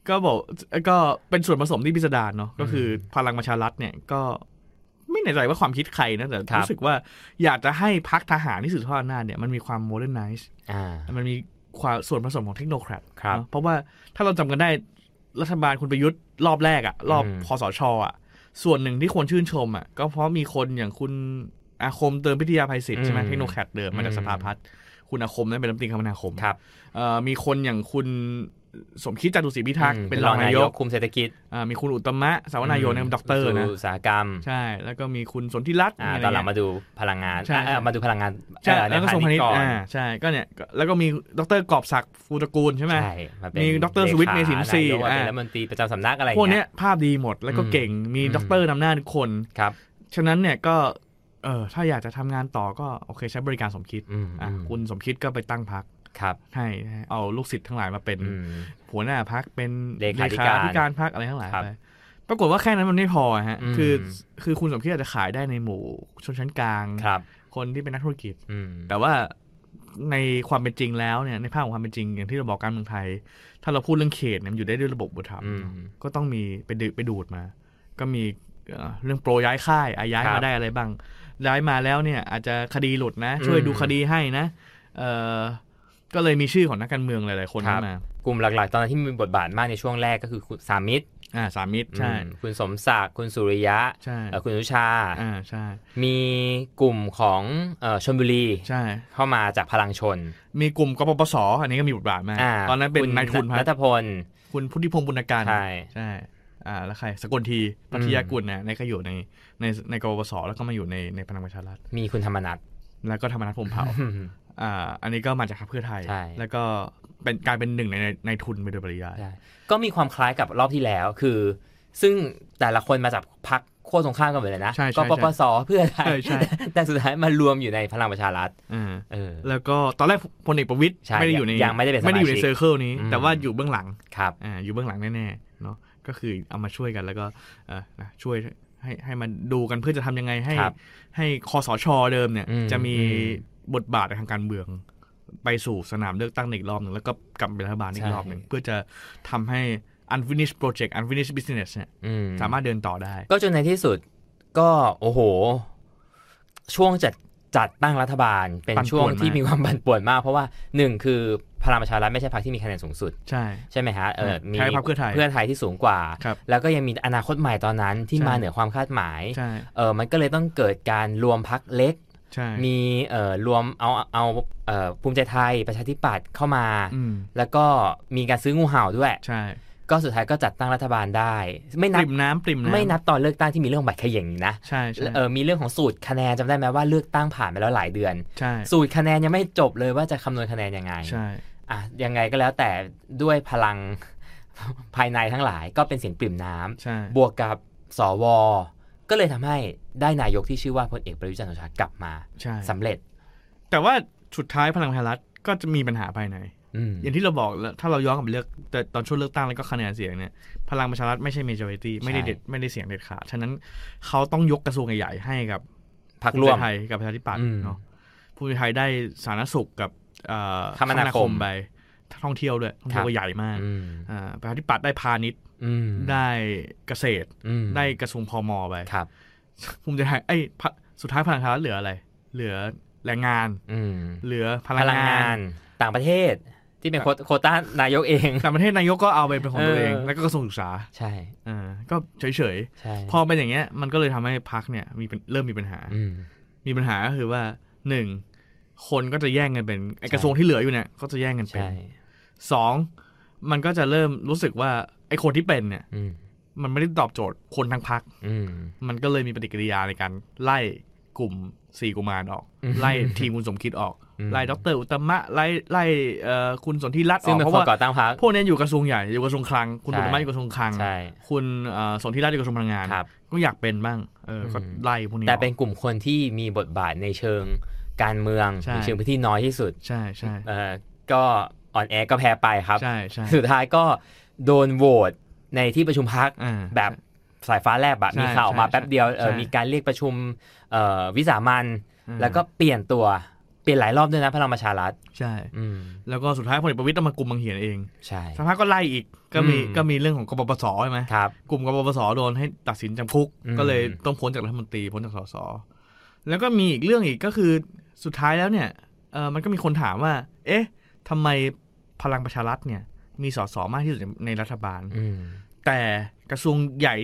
Speaker 4: ก็บอกก็เป็นส่วนผสมที่พิสดารเนาะก็คือพลังประชารัฐเนี่ยก็ไม่แน่ใจว่าความคิดใครนะแต่
Speaker 3: ครับ
Speaker 4: รู้สึกว่าอยากจะให้พักทหารที่สืบทอดอำนาจเนี่ยมันมีความโมเดิร์นไนซ์
Speaker 3: อ่า
Speaker 4: มันมีความส่วนผสมของเทคโนแครด
Speaker 3: ครับ
Speaker 4: เนอะเพราะว่าถ้าเราจำกันได้รัฐบาลคุณประยุทธ์รอบแรกอะรอบ
Speaker 3: อืม
Speaker 4: พสชอะส่วนหนึ่งที่ควรชื่นชมอะก็เพราะมีคนอย่างคุณอาคมเติมพิทยาภัยศิษย์ใช่ไหมเทคโนแครดเดิมมาจากสภาพัฒน์คุณอาคมนั่นเป็นรัฐมนตรีคมนาคม
Speaker 3: ครับ
Speaker 4: เอ่อมีคนอย่างคุณสมคิดจาตุศรีพิทักษ์
Speaker 3: อืม
Speaker 4: เป็นรองนายก
Speaker 3: คุมเศรษฐกิจ
Speaker 4: อ่ามีคุณอุตตมะสาวนายนนะครับด็อกเตอร์นะ
Speaker 3: สู่อุตสาหกรรม
Speaker 4: ใช่ แล้วก็มีคุณสนธิรัตน์
Speaker 3: อ่า
Speaker 4: อะไร
Speaker 3: ตอนหลัง
Speaker 4: เงี้ย
Speaker 3: มาดูพลังงาน
Speaker 4: ใช่
Speaker 3: อ่าเอ่อ
Speaker 4: ใช่
Speaker 3: มาดูพลังงาน
Speaker 4: ใช่
Speaker 3: เอ่อใน
Speaker 4: แล้วก็ทรงพาณิชย์
Speaker 3: ก่อน
Speaker 4: อ่าใช่ก็เนี่ยก็แล้วก็มีดรกอบศักดิ์ฟูตระกูลใช่ไหม
Speaker 3: ใช่าเป็น
Speaker 4: มีดรสุวิทย์
Speaker 3: ลขา
Speaker 4: เมสินทรีย์
Speaker 3: ายก
Speaker 4: อ่า
Speaker 3: เป็นรัฐมนตรีประจำสำนักอะไรอาง
Speaker 4: พวก
Speaker 3: งี้
Speaker 4: เนี้ยภาพดีหมดแล้วก็
Speaker 3: อืม
Speaker 4: เก่งมี
Speaker 3: อืม
Speaker 4: ด็อกเตอร์นำหน้าทุกคน
Speaker 3: ครับ
Speaker 4: ฉะนั้นเนี่ยก็เออถ้าอยากจะทำงานต่อก็โอเคใช้บริการสมคิด
Speaker 3: อืม
Speaker 4: อ่ะ
Speaker 3: อืม
Speaker 4: คุณสมคิดก็ไปตั้งพัก
Speaker 3: ครับ
Speaker 4: ให้ให้เอาลูกศิษย์ทั้งหลายมาเป็น
Speaker 3: อืม
Speaker 4: หัวหน้าพักเป็น
Speaker 3: เลขาธิการ
Speaker 4: เลธิการพักอะไรทั้งหลาย
Speaker 3: ครับ
Speaker 4: ไปปรากฏว่าแค่นั้นมันไม่พอฮะ
Speaker 3: อืม
Speaker 4: คือคือคุณสมคิดอาจจะขายได้ในหมู่ชนชั้นกลาง
Speaker 3: ครับ
Speaker 4: คนที่เป็นนักธุรกิจ
Speaker 3: อืม
Speaker 4: แต่ว่าในความเป็นจริงแล้วเนี่ยในภาพของความเป็นจริงอย่างที่เราบอกการเมืองไทย ถ้าเราพูดเรื่องเขตเนี่ยมันอยู่ได้ด้วยระบบบุตรธรรม
Speaker 3: อืม
Speaker 4: ก็ต้องมีไปดึไปดูดมา ก็มีเอ่อเรื่องโปรย้ายค่ายอาย้าย
Speaker 3: ครั
Speaker 4: มา
Speaker 3: บ
Speaker 4: ได้อะไรบ้างย้ายมาแล้วเนี่ย อาจจะคดีหลุดนะ ช่วย
Speaker 3: อืม
Speaker 4: ดูคดีให้นะเออก็เลยมีชื่อของนักการเมืองหลายๆคน
Speaker 3: ครับ
Speaker 4: มาก
Speaker 3: ลุ่มหลักๆ ตอนนที่มีบทบาทมากในช่วงแรกก็คือคุณสามิตร
Speaker 4: อ่าสามมิตรใช่
Speaker 3: อืมคุณสมศักดิ์คุณสุริยะ
Speaker 4: ใช่
Speaker 3: เอ่อคุณอนุชา
Speaker 4: อ่าใช่
Speaker 3: มีกลุ่มของเอ่อชนบุรี
Speaker 4: ใช่
Speaker 3: เข้ามาจากพลังชน
Speaker 4: มีกลุ่มกปปสอันนี้ก็มีบทบาทมาก
Speaker 3: า
Speaker 4: ตอนนั้นเป็น
Speaker 3: คุณ
Speaker 4: นายทุนพั
Speaker 3: รั
Speaker 4: ก
Speaker 3: ฐพล
Speaker 4: คุณพุทธิพงศ์บุญการ
Speaker 3: ใช่
Speaker 4: ใช่ อ่า แล้วใคร สกลทีปัทยากุลนะในก็อยู่ใน ใน ในกบส แล้วก็มาอยู่ใน ในพลังประชารัฐ
Speaker 3: มีคุณธรรมนัท
Speaker 4: แล้วก็ธรรมนัฐพรหมเผ่า อ่า อันนี้ก็มาจากพรรคเพื่อไทย
Speaker 3: ใช่
Speaker 4: แล้วก็เป็นกลายเป็นหนึ่งในในในทุนไปโดยปริยาย
Speaker 3: ใช่ก็มีความคล้ายกับรอบที่แล้วคือ ซึ่งแต่ละคนมาจากพักขั้วตรงข้ามกันหมดเลยนะ
Speaker 4: ใช่ใช่
Speaker 3: ก็ปปสเพื่อไทย
Speaker 4: ใช่ใช่
Speaker 3: แต่สุดท้ายมารวมอยู่ในพลังประชารัฐ
Speaker 4: อ่า
Speaker 3: เออ
Speaker 4: แล้วก็ตอนแรกพลเอกประวิตย
Speaker 3: ใช่
Speaker 4: ไม่ได้อยู่ใน
Speaker 3: ยังไม่ได้เป็นสมาชิก
Speaker 4: ไม่ได้อยู่ในเซอร์เคิลนี้
Speaker 3: อืม
Speaker 4: แต่ว่าอยู่เบื้องหลัง
Speaker 3: ครับ
Speaker 4: อ่า อยู่เบื้องหลังแน่ๆ เนาะก็คือเอามาช่วยกันแล้วก็ เออนะช่วยให้ให้มันดูกันเพื่อจะทำยังไงให้
Speaker 3: ครับ
Speaker 4: ให้คอสชเดิมเนี่ย
Speaker 3: อืม
Speaker 4: จะมี
Speaker 3: อื
Speaker 4: บทบาทในทางการเมือง ไปสู่สนามเลือกตั้งอีกรอบหนึ่งแล้วก็กลับเป็นรัฐบาลอี
Speaker 3: ใช่
Speaker 4: กรอบหนึ่งเพื่อจะทำให้ unfinished project unfinished business เนี่ย
Speaker 3: อืม
Speaker 4: สามารถเดินต่อได้
Speaker 3: ก็จนในที่สุดก็โอ้โห ช่วงจัดจัดตั้งรัฐบาล เป็น
Speaker 4: ปั่นป่วน
Speaker 3: ช่วงที่
Speaker 4: มาก
Speaker 3: มีความปั่นป่วนมาก เพราะว่าหนึ่งคือพลังประชารัฐไม่ใช่พรรคที่มีคะแนนสูงสุด
Speaker 4: ใช่
Speaker 3: ใช่ไหมฮะเออมี
Speaker 4: ใช่พรรคเพื่อไทย
Speaker 3: เพื่อไทยที่สูงกว่า
Speaker 4: ครับ
Speaker 3: แล้วก็ยังมีอนาคตใหม่ตอนนั้นที่
Speaker 4: ใช่
Speaker 3: มาเหนือความคาดหมาย
Speaker 4: ใช่
Speaker 3: เออมันก็เลยต้องเกิดการรวมพักเล็ก
Speaker 4: ใช่
Speaker 3: มีเออรวมเอาเอาเออภูมิใจไทยประชาธิปัตย์เข้ามา
Speaker 4: อืม
Speaker 3: แล้วก็มีการซื้องูเห่าด้วย
Speaker 4: ใช่
Speaker 3: ก็สุดท้ายก็จัดตั้งรัฐบาลได้ ไม่
Speaker 4: ป
Speaker 3: นับ
Speaker 4: ริมน้ำปริมน้ำ
Speaker 3: ไม่นับตอนเลือกตั้งที่มีเรื่องบัตรเขย่งนี่นะ
Speaker 4: ใช่ใช่
Speaker 3: เออมีเรื่องของสูตรคะแนนจำได้ไหมว่าเลือกตั้งผ่านไปแล้วหลายเดือน
Speaker 4: ใช่
Speaker 3: สูตรคะแนนยังไม่จบเลยว่าจะคำนวณคะแนนยังไง
Speaker 4: ใช่
Speaker 3: อ่ะยังไงก็แล้วแต่ด้วยพลัง ภายในทั้งหลายก็เป็นเสียงปริ่มน้ำ
Speaker 4: ใช่
Speaker 3: บวกกับสว ก็เลยทำให้ได้นายกที่ชื่อว่าพลเอกประยุทธ์จันทร์โอชากลับมา
Speaker 4: ใช่
Speaker 3: สำเร็จ
Speaker 4: แต่ว่าสุดท้ายพลังประชารัฐก็จะมีปัญหาภายใน
Speaker 3: อืม
Speaker 4: อย่างที่เราบอกแล้วถ้าเราย้อนกลับไปเลือกแต่ตอนช่วงเลือกตั้งแล้วก็คะแนนเสียงเนี่ยพลังประชารัฐไม่ใช่ majority ไม่ได้เด็ดไม่ได้เสียงเด็ดขาดฉะนั้นเขาต้องยกกระทรวงใหญ่ๆให้กับ
Speaker 3: พักร่วม
Speaker 4: ภูใจไทยกับประชาธิปัตย์
Speaker 3: อืม
Speaker 4: เนาะภูมิใจไทยได้สาธารณสุขกับเอ่อ
Speaker 3: คมนาคม
Speaker 4: ไปท่องเที่ยวด้วยท่องเที่ยว
Speaker 3: ครับ
Speaker 4: ก็ใหญ่มาก
Speaker 3: อืม
Speaker 4: อ่าประชาธิปัตย์ได้พาณิชย์
Speaker 3: อืม
Speaker 4: ได้เกษตร
Speaker 3: อืม
Speaker 4: ได้กระทรวงพมไป
Speaker 3: ครับ
Speaker 4: ภูมิใจไทยไอ้ยพะสุดท้ายพลังประชารัฐเหลืออะไร เหลือแรงงาน
Speaker 3: อืม
Speaker 4: เหลือพ
Speaker 3: พ
Speaker 4: ลัง
Speaker 3: ลัง
Speaker 4: งาง
Speaker 3: าน นต่างประเทศที่เป็นโควโควต้านายกเอง
Speaker 4: ต่างประเทศนายกก็เอาไปเป็นของตัวเอง
Speaker 3: เออ
Speaker 4: แล้วก็กระทรวงศึกษา
Speaker 3: ใช่
Speaker 4: อ่าก็เฉย
Speaker 3: ใช่
Speaker 4: ๆ พอเป็นอย่างเงี้ยมันก็เลยทำให้พักเนี่ยมีเป็นเริ่มมีปัญหา
Speaker 3: ม
Speaker 4: มีปัญหาก็คือว่าหนึ่งคนก็จะแย่งกันเป็นไอ้กระทรวงที่เหลืออยู่เนี่ยก็จะแย่งกันเป็น
Speaker 3: ใช่
Speaker 4: สองมันก็จะเริ่มรู้สึกว่าไอ้คนที่เป็นเนี่ย
Speaker 3: อืม
Speaker 4: มันไม่ได้ตอบโจทย์คนทั้งพัก
Speaker 3: อืม
Speaker 4: มันก็เลยมีปฏิกิริยาในการไล่กลุ่มสี่กุมารออก
Speaker 3: อืม
Speaker 4: ไล่ทีมคุณสมคิดออก
Speaker 3: อืม
Speaker 4: ไล่ดรอุตมะไล่ไล่เอ่อคุณสนธิรัตน์อ
Speaker 3: ซึ่ง
Speaker 4: อก
Speaker 3: เป็น
Speaker 4: เพราะ
Speaker 3: คน
Speaker 4: ว่า
Speaker 3: ก่อตั้งพรรค
Speaker 4: พวกเนี้ยอยู่กระทรวงใหญ่อยู่กระทรวงคลัง คุณ
Speaker 3: ใช่
Speaker 4: ดุลมาอยู่กระทรวงคลัง
Speaker 3: ใช่
Speaker 4: คุณเอ่อสนธิรัตน์อยู่กระทรวงพลังงาน
Speaker 3: ครับ
Speaker 4: ก็อยากเป็นบ้างเอออ
Speaker 3: ม
Speaker 4: ก็ไล่พวกนี้
Speaker 3: แต่
Speaker 4: ออก
Speaker 3: เป็นกลุ่มคนที่มีบทบาทในเชิงการเมือง
Speaker 4: ใช่
Speaker 3: ในเชิงพื้นที่น้อยที่สุด
Speaker 4: ใช่ใช่
Speaker 3: เอ่อก็อ่อนแอก็แพ้ไปครับ
Speaker 4: ใช่ใช่
Speaker 3: สุดท้ายก็โดนโหวตในที่ประชุมพัก
Speaker 4: อ่า
Speaker 3: แบบสายฟ้าแลบอะ
Speaker 4: ใช่
Speaker 3: มีข่าวออกมา
Speaker 4: ใช่
Speaker 3: แป๊บเดียวเอ่อ
Speaker 4: ใช่
Speaker 3: มีการเรียกประชุมเอ่อวิสามัน
Speaker 4: อ่า
Speaker 3: แล้วก็เปลี่ยนตัวเปลี่ยนหลายรอบด้วยนะพลังประชารัฐ
Speaker 4: ใช่
Speaker 3: อืม
Speaker 4: แล้วก็สุดท้ายพลเอกประวิตรต้องมากลุ่มบางเหียนเอง
Speaker 3: ใช่
Speaker 4: สักพักก็ไล่อีกก็มี
Speaker 3: อืม
Speaker 4: ก็มีเรื่องของกบปศใช่ไหม
Speaker 3: ครับ
Speaker 4: กลุ่มกบปศโดนให้ตัดสินจำคุก
Speaker 3: อืม
Speaker 4: ก็เลยต้องพ้นจากรัฐมนตรีพ้นจากสสแล้วก็มีอีกเรื่องอีกก็คือสุดท้ายแล้วเนี่ยเออมันก็มีคนถามว่า เอ๊ะทำไมพลังประชารัฐเนี่ย มีสสมากที่สุดในรัฐบาล
Speaker 3: อืม
Speaker 4: แต่กระทรวงใหญ่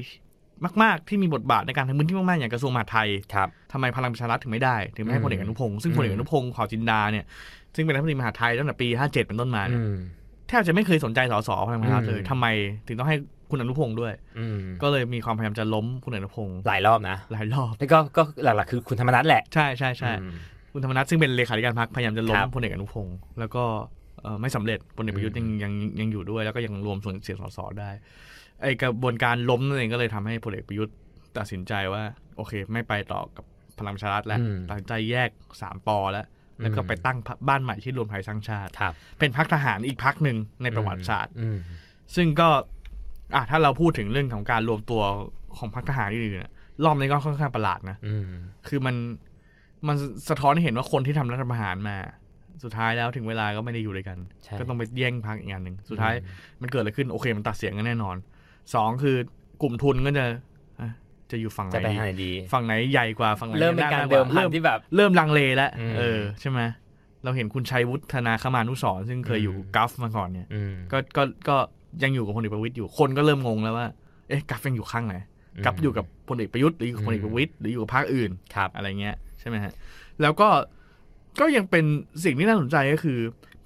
Speaker 4: มาก ๆ ที่มีบทบาทในการทำพื้นที่มาก ๆ อย่างกระทรวงมหาดไทย
Speaker 3: ครับ
Speaker 4: ทำไมพลังประชารัฐถึงไม่ได้ ถึงไม่ให้
Speaker 3: อืม
Speaker 4: พลเอกอนุพงศ์ซึ่ง
Speaker 3: อืม
Speaker 4: พลเอกอนุพงศ์ขาวจินดาเนี่ยซึ่งเป็นรัฐมนตรีมหาดไทยตั้งแต่ปี 57 เป็นต้นมา
Speaker 3: อื
Speaker 4: เนี่ย
Speaker 3: ม
Speaker 4: แทบจะไม่เคยสนใจสสพลังประชารัฐเลย
Speaker 3: อืม
Speaker 4: ทำไมถึงต้องให้คุณอนุพงศ์ด้วย
Speaker 3: อืม
Speaker 4: ก็เลยมีความพยายามจะล้มคุณอนุพงศ์
Speaker 3: หลายรอบนะ
Speaker 4: หลายรอบ
Speaker 3: แล้วก็ก็หลักๆคือคุณธรรมนัฐแหละ
Speaker 4: ใช่ใช่ใช่
Speaker 3: อืม
Speaker 4: คุณธรรมนัฐซึ่งเป็นเลขาธิการพรรคพยายามจะล้
Speaker 3: ครั
Speaker 4: ม
Speaker 3: บ
Speaker 4: พลเอกอนุพงศ์แล้วก็เอ่อไม่สำเร็จพลเอกประยุทธ์ยังยังยังอยู่ด้วย แล้วก็ยังรวมส่วนเสียงสสได้ไอกระบวนการล้มนั่นเองก็เลยทำให้พลเอกประยุทธ์ตัดสินใจว่า โอเค ไม่ไปต่อกับพลังประชารัฐแล้ว
Speaker 3: อืม
Speaker 4: ตัดสินใจแยกสามปอแล้ว แล้วก็
Speaker 3: อืม
Speaker 4: ไปตั้งพรรคบ้านใหม่ที่รวมไทยสร้างชาติ
Speaker 3: ครับ
Speaker 4: เป็นพรรคทหารอีกพรรคหนึ่งในประวัติศาสตร์
Speaker 3: อืม
Speaker 4: ซึ่งก็อ่ะถ้าเราพูดถึงเรื่องของการรวมตัวของพรรคทหารอื่นๆน่ะรอบนี้ก็ค่อนข้างประหลาดนะ
Speaker 3: อืม
Speaker 4: คือมันมันสะท้อนให้เห็นว่าคนที่ทำรัฐประหารมา สุดท้ายแล้วถึงเวลาก็ไม่ได้อยู่ด้วยกัน
Speaker 3: ใช่
Speaker 4: ก็ต้องไปแย่งพักอีกอันหนึ่งสุดท้ายมันเกิดอะไรขึ้นโอเค มันตัดเสียงกันแน่นอนสองคือกลุ่มทุนก็จะอ่ะจะอยู่ฝั่งไหน
Speaker 3: จะไป
Speaker 4: ดี
Speaker 3: ทางไหนดี
Speaker 4: ฝั่งไหนใหญ่กว่าฝั่งไหน
Speaker 3: เริ่มเป็น
Speaker 4: ห
Speaker 3: การ
Speaker 4: ว่
Speaker 3: เดิมพัน
Speaker 4: เริ่ม
Speaker 3: ที่แบบ
Speaker 4: เริ่มลังเลแล้ว
Speaker 3: อืม
Speaker 4: เออใช่ไหมเราเห็นคุณชัยวุฒนาคมานุสรณ์ซึ่งเคยอยู่
Speaker 3: อืม
Speaker 4: กัฟมาก่อนเนี่ย
Speaker 3: อืม
Speaker 4: ก็ก็ก็ยังอยู่กับพลเอกประวิตยอยู่คนก็เริ่มงงแล้วว่า เอ๊ะกัฟยังอยู่ข้างไหน
Speaker 3: อืม
Speaker 4: กัฟอยู่กับพลเอกประยุทธ์หรืออยู่กับพลเอกประวิตยหรืออยู่กับพรรคอื่น
Speaker 3: ครับ
Speaker 4: อะไรเงี้ยใช่ไหมฮะแล้วก็ก็ยังเป็นสิ่งที่น่าสนใจก็คือ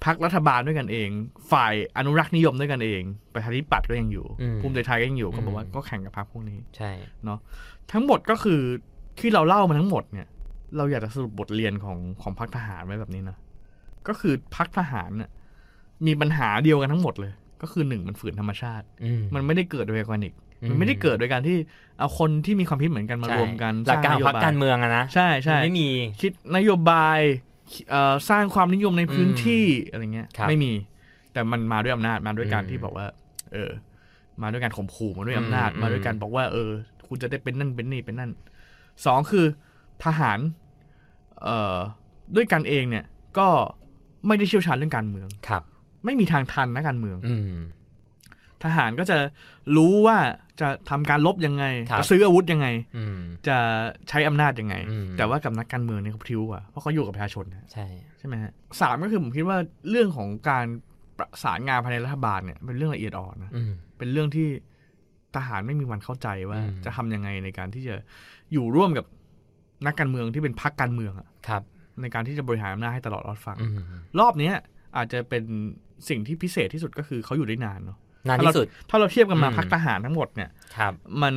Speaker 4: พรรครัฐบาลด้วยกันเอง ฝ่ายอนุรักษ์นิยมด้วยกันเอง ประชาธิปัตย์ก็ยังอยู่
Speaker 3: อืม
Speaker 4: ภูมิใจไทยก็ยังอยู่ก็บอ
Speaker 3: อื
Speaker 4: ก
Speaker 3: ม
Speaker 4: ว่าก็แข่งกับพรรคพวกนี้
Speaker 3: ใช่
Speaker 4: ทั้งหมดก็คือที่เราเล่ามาทั้งหมดเนี่ย เราอยากจะสรุปบทเรียนของของพรรคทหารไว้แบบนี้นะก็คือพรรคทหารน่ะมีปัญหาเดียวกันทั้งหมดเลย ก็คือหนึ่งมันฝืนธรรมชาติ
Speaker 3: อืม
Speaker 4: มันไม่ได้เกิดโดยออร์แกนิก
Speaker 3: อืม
Speaker 4: มันไม่ได้เกิดโดยการที่เอาคนที่มีความคิดเหมือนกันมารวมกัน
Speaker 3: ใช่หลักการของพรรคการ
Speaker 4: สงนโยบย
Speaker 3: เมืองอะนะ
Speaker 4: ใช่ใช่
Speaker 3: มันไม่มี
Speaker 4: คิดนโยบายเอ่อสร้างความนิยมในพื้นที่อะไรเงี้ย
Speaker 3: ครับ
Speaker 4: ไม่มี แต่มันมาด้วยอำนาจมาด้วยการ
Speaker 3: อืม
Speaker 4: ที่บอกว่า เออ มาด้วยการข่มขู่มาด้วยอำนาจ
Speaker 3: อืม
Speaker 4: มาด้วยการบอกว่า เออ คุณจะได้เป็นนั่นเป็นนี่เป็นนั่นสองคือทหาร เอ่อด้วยกันเองเนี่ย ก็ไม่ได้เชี่ยวชาญเรื่องการเมือง
Speaker 3: ครับ
Speaker 4: ไม่มีทางทันนะการเมือง
Speaker 3: อืม
Speaker 4: ทหารก็จะรู้ว่าจะทำการลบยังไง
Speaker 3: ครับ
Speaker 4: จะซื้ออาวุธยังไง
Speaker 3: อืม
Speaker 4: จะใช้อำนาจยังไง
Speaker 3: อืม
Speaker 4: แต่ว่ากับนักการเมืองเนี่ยเขาพริ้วกว่าเพราะเขาอยู่กับประชาชนนะ
Speaker 3: ใช่
Speaker 4: ใช่ไหมฮะสามก็คือผมคิดว่าเรื่องของการประสานงานภายในรัฐบาลเนี่ยเป็นเรื่องละเอียดอ่อนนะ
Speaker 3: อืม
Speaker 4: เป็นเรื่องที่ทหารไม่มีวันเข้าใจว่า
Speaker 3: อืม
Speaker 4: จะทำยังไงในการที่จะอยู่ร่วมกับนักการเมืองที่เป็นพรรคการเมืองอะ
Speaker 3: ครับ
Speaker 4: ในการที่จะบริหารอำนาจให้ตลอดรอดฟัง
Speaker 3: อืม
Speaker 4: รอบเนี้ยอาจจะเป็นสิ่งที่พิเศษที่สุดก็คือเขาอยู่ได้นานเนาะ
Speaker 3: นานที่สุด
Speaker 4: ถ้าเราเทียบกันมา
Speaker 3: อืม
Speaker 4: พรรคทหารทั้งหมดเนี่ย
Speaker 3: ครับ
Speaker 4: มัน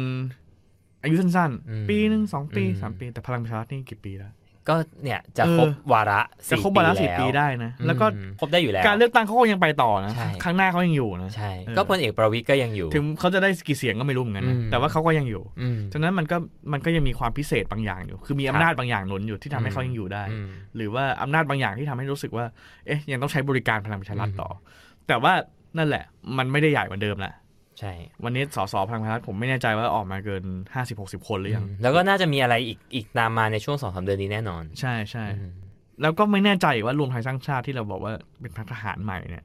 Speaker 4: อายุสั้น
Speaker 3: อืม
Speaker 4: ๆ ปีหนึ่งสองปี
Speaker 3: อืม
Speaker 4: สามปี แต่พลังประชารัฐนี่กี่ปีแล้ว
Speaker 3: ก็เนี่ยจะครบวาระ
Speaker 4: จะ
Speaker 3: สี่
Speaker 4: ครบวาระ
Speaker 3: ปี
Speaker 4: สี่
Speaker 3: แล้
Speaker 4: ปี
Speaker 3: ว
Speaker 4: ได้นะ
Speaker 3: อืม
Speaker 4: แล้วก็
Speaker 3: ครบได้อยู่แล้ว
Speaker 4: การเลือกตั้งเขาก็ยังไปต่อนะ
Speaker 3: ใช่
Speaker 4: ครั้งหน้าเขายังอยู่นะ
Speaker 3: ใช่
Speaker 4: เออ
Speaker 3: ก็พลเอกประวิตยก็ยังอยู่
Speaker 4: ถึงเขาจะได้กี่เสียงก็ไม่รู้เหมือนกันนะ
Speaker 3: อืม
Speaker 4: แต่ว่าเขาก็ยังอยู่
Speaker 3: อืม
Speaker 4: ฉะนั้นมันก็มันก็ยังมีความพิเศษบางอย่างอยู่ คือมี
Speaker 3: ครับ
Speaker 4: อำนาจบางอย่างหนุนอยู่ที่ทำให้เขายังอยู่ได้
Speaker 3: อืม
Speaker 4: หรือว่าอำนาจบางอย่างที่ทำให้รู้สึกว่า เอ๊ะ ยังต้องใช้บริการพลังประชารัฐ
Speaker 3: อืม
Speaker 4: ต่อ แต่ว่านั่นแหละ มันไม่ได้ใหญ่เหมือนเดิมละ
Speaker 3: ใช่
Speaker 4: วันนี้สสพลังประชารัฐผมไม่แน่ใจว่าออกมาเกิน 50 60 คนหรือยัง
Speaker 3: อืมแล้วก็น่าจะมีอะไรอีกอีกตามมาในช่วงสองสามเดือนนี้แน่นอน
Speaker 4: ใช่ใช่
Speaker 3: อืม
Speaker 4: แล้วก็ไม่แน่ใจว่ารวมไทยสร้างชาติที่เราบอกว่าเป็นพรรคทหารใหม่เนี่ย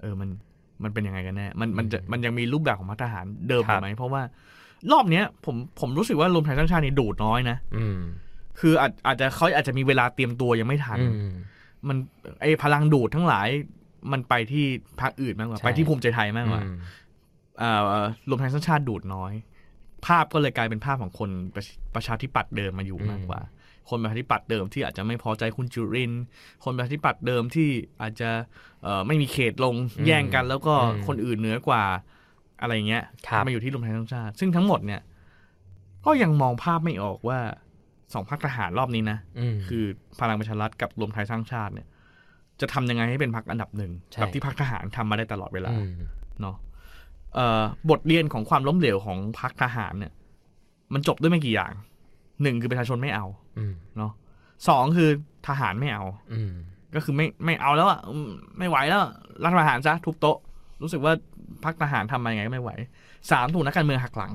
Speaker 4: เออมันมันเป็นยังไงกันแน่ มันมันจะมันยังมีรูปแบบของพรรคทหารเดิมอยู่ไหมเพราะว่ารอบเนี้ยผมผมรู้สึกว่ารวมไทยสร้างชาตินี่ดูดน้อยนะ
Speaker 3: อืม
Speaker 4: คืออาจอาจจะเขาอาจจะมีเวลาเตรียมตัวยังไม่ทัน
Speaker 3: อืม
Speaker 4: มันไอพลังดูดทั้งหลายมันไปที่พรรคอื่นมากกว่า
Speaker 3: ใช่
Speaker 4: ไปที่ภูมิใจไทยมากกว่า
Speaker 3: อืม
Speaker 4: เอ่อรวมไทยสร้างชาติดูดน้อย ภาพก็เลยกลายเป็นภาพของคนประชประชาธิปัตย์เดิมมาอยู่มากกว่า คนประชาธิปัตย์เดิมที่อาจจะไม่พอใจคุณจุรินทร์คนประชาธิปัตย์เดิมที่อาจจะเอ่อไม่มีเขตลงแย่งกัน แล้วก็คนอื่นเหนือกว่าอะไรเงี้ย
Speaker 3: ครับ
Speaker 4: มาอยู่ที่รวมไทยสร้างชาติ ซึ่งทั้งหมดเนี่ย ก็ยังมองภาพไม่ออกว่าสองพรรคทหารรอบนี้นะ
Speaker 3: อืม
Speaker 4: คือพลังประชารัฐกับรวมไทยสร้างชาติเนี่ย จะทำยังไงให้เป็นพรรคอันดับหนึ่ง
Speaker 3: ใช่
Speaker 4: แบบที่พรรคทหารทำมาได้ตลอดเวลา
Speaker 3: อืม
Speaker 4: เนาะเอ่อบทเรียนของความล้มเหลวของพรรคทหารเนี่ย มันจบด้วยไม่กี่อย่างหนึ่งคือประชาชนไม่เอา
Speaker 3: อืม
Speaker 4: เนาะสองคือทหารไม่เอา
Speaker 3: อืม
Speaker 4: ก็คือไม่ไม่เอาแล้วอ่ะอืมไม่ไหวแล้วอะรัฐประหารซะทุบโต๊ะ รู้สึกว่าพรรคทหารทำมายังไงก็ไม่ไหวสามถูกนักการเมืองหักหลัง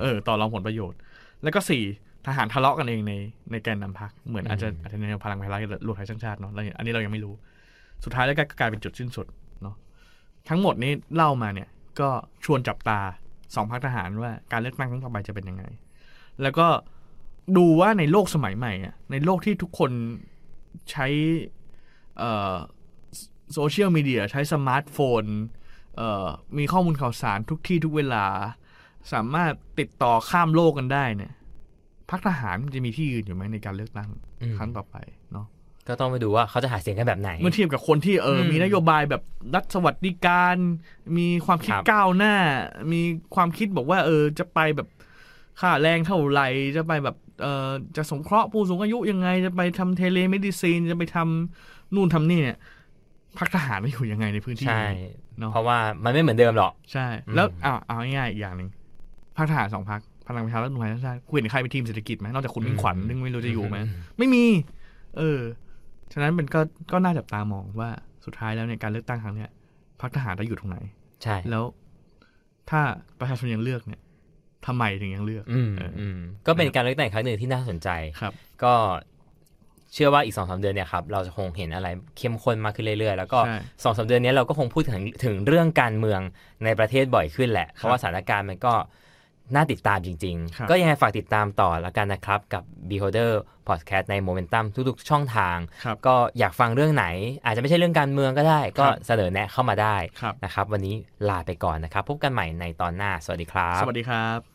Speaker 4: เออต่อรองผลประโยชน์ แล้วก็สี่ทหารทะเลาะกันเองในในแกนนำพรรคเหมือนอาจจะอาจจะในวพลังพลังรวมไทยสร้างชาติเนาะแล้วอันนี้เรายังไม่รู้ สุดท้ายแล้วก็กลายเป็นจุดสิ้นสุดเนาะทั้งหมดนี้เล่ามาเนี่ย ก็ชวนจับตาสองพรรคทหารว่าการเลือกตั้งครั้งต่อไปจะเป็นยังไง แล้วก็ดูว่าในโลกสมัยใหม่อะในโลกที่ทุกคนใช้ เอ่อโซเชียลมีเดียใช้สมาร์ทโฟนเอ่อมีข้อมูลข่าวสารทุกที่ทุกเวลา สามารถติดต่อข้ามโลกกันได้เนี่ยพักทหารมันจะมีที่ยืนอยู่ไหมในการเลือกตั้ง
Speaker 3: อืม
Speaker 4: ครั้งต่อไปเนาะ
Speaker 3: ก็ต้องไปดูว่าเขาจะหาเสียงกันแบบไหน
Speaker 4: เมื่อเทียบกับคนที่เอออ
Speaker 3: ม
Speaker 4: มีนโยบายแบบรัฐสวัสดิการ มีความคิด
Speaker 3: ครับ
Speaker 4: ก้าวหน้า มีความคิดบอกว่า เออจะไปแบบค่าแรงเท่าไหร่จะไปแบบเออจะสงเคราะห์ผู้สูงอายุยังไง จะไปทำเทเลเมดิซีนจะไปทำนู่นทำนี่เนี่ยพักทหารไม่อยู่ยังไงในพื้นที่
Speaker 3: ใช่
Speaker 4: นี้ เนอะ
Speaker 3: เพราะว่ามันไม่เหมือนเดิมหรอก
Speaker 4: ใช่
Speaker 3: อืม
Speaker 4: แล้วเอาเอาง่ายๆอีกอย่างหนึ่งพักทหารสองพักพลังประชารัฐหน่วยชาติคุณเห็นใครเป็นทีมเศรษฐกิจไหมนอกจากคุณมิ่งขวัญซึ่งไม่รู้จะอยู่ไหม ไม่มี เออ ฉะนั้นมันก็ ก็น่าจับตามองว่าสุดท้ายแล้วในยการเลือกตั้งครั้งเนี้ยพรรคทหารจะอยู่ตรงไหน
Speaker 3: ใช่
Speaker 4: แล้ว ถ้าประชาชนยังเลือกเนี่ยทำไมถึงยังเลือก
Speaker 3: อืม
Speaker 4: เอออื
Speaker 3: มก็เป็นการเลือกตั้งอีกครั้งหนึ่งที่น่าสนใจ
Speaker 4: ครับ
Speaker 3: ก็เชื่อว่าอีกสองสามเดือนเนี่ยครับเราจะคงเห็นอะไรเข้มข้นมากขึ้นเรื่อยๆ แล้วก็
Speaker 4: ใช่
Speaker 3: สองสามเดือนเนี้ยเราก็คงพูดถึงถึงเรื่องการเมืองในประเทศบ่อยขึ้นแหละ เพราะว่าสถานการณ์มันก็น่าติดตามจริง
Speaker 4: ครับ
Speaker 3: ๆ ก็ยังไงฝากติดตามต่อละกันนะครับ กับ Beholder Podcast ใน Momentum ทุกๆ ช่องทาง
Speaker 4: ครับ
Speaker 3: ก็อยากฟังเรื่องไหน อาจจะไม่ใช่เรื่องการเมืองก็ได้ ก็เสนอแนะเข้ามาได้
Speaker 4: ครับ
Speaker 3: นะครับ วันนี้ลาไปก่อนนะครับ พบกันใหม่ในตอนหน้า สวัสดีครับ
Speaker 4: สวัสดีครับ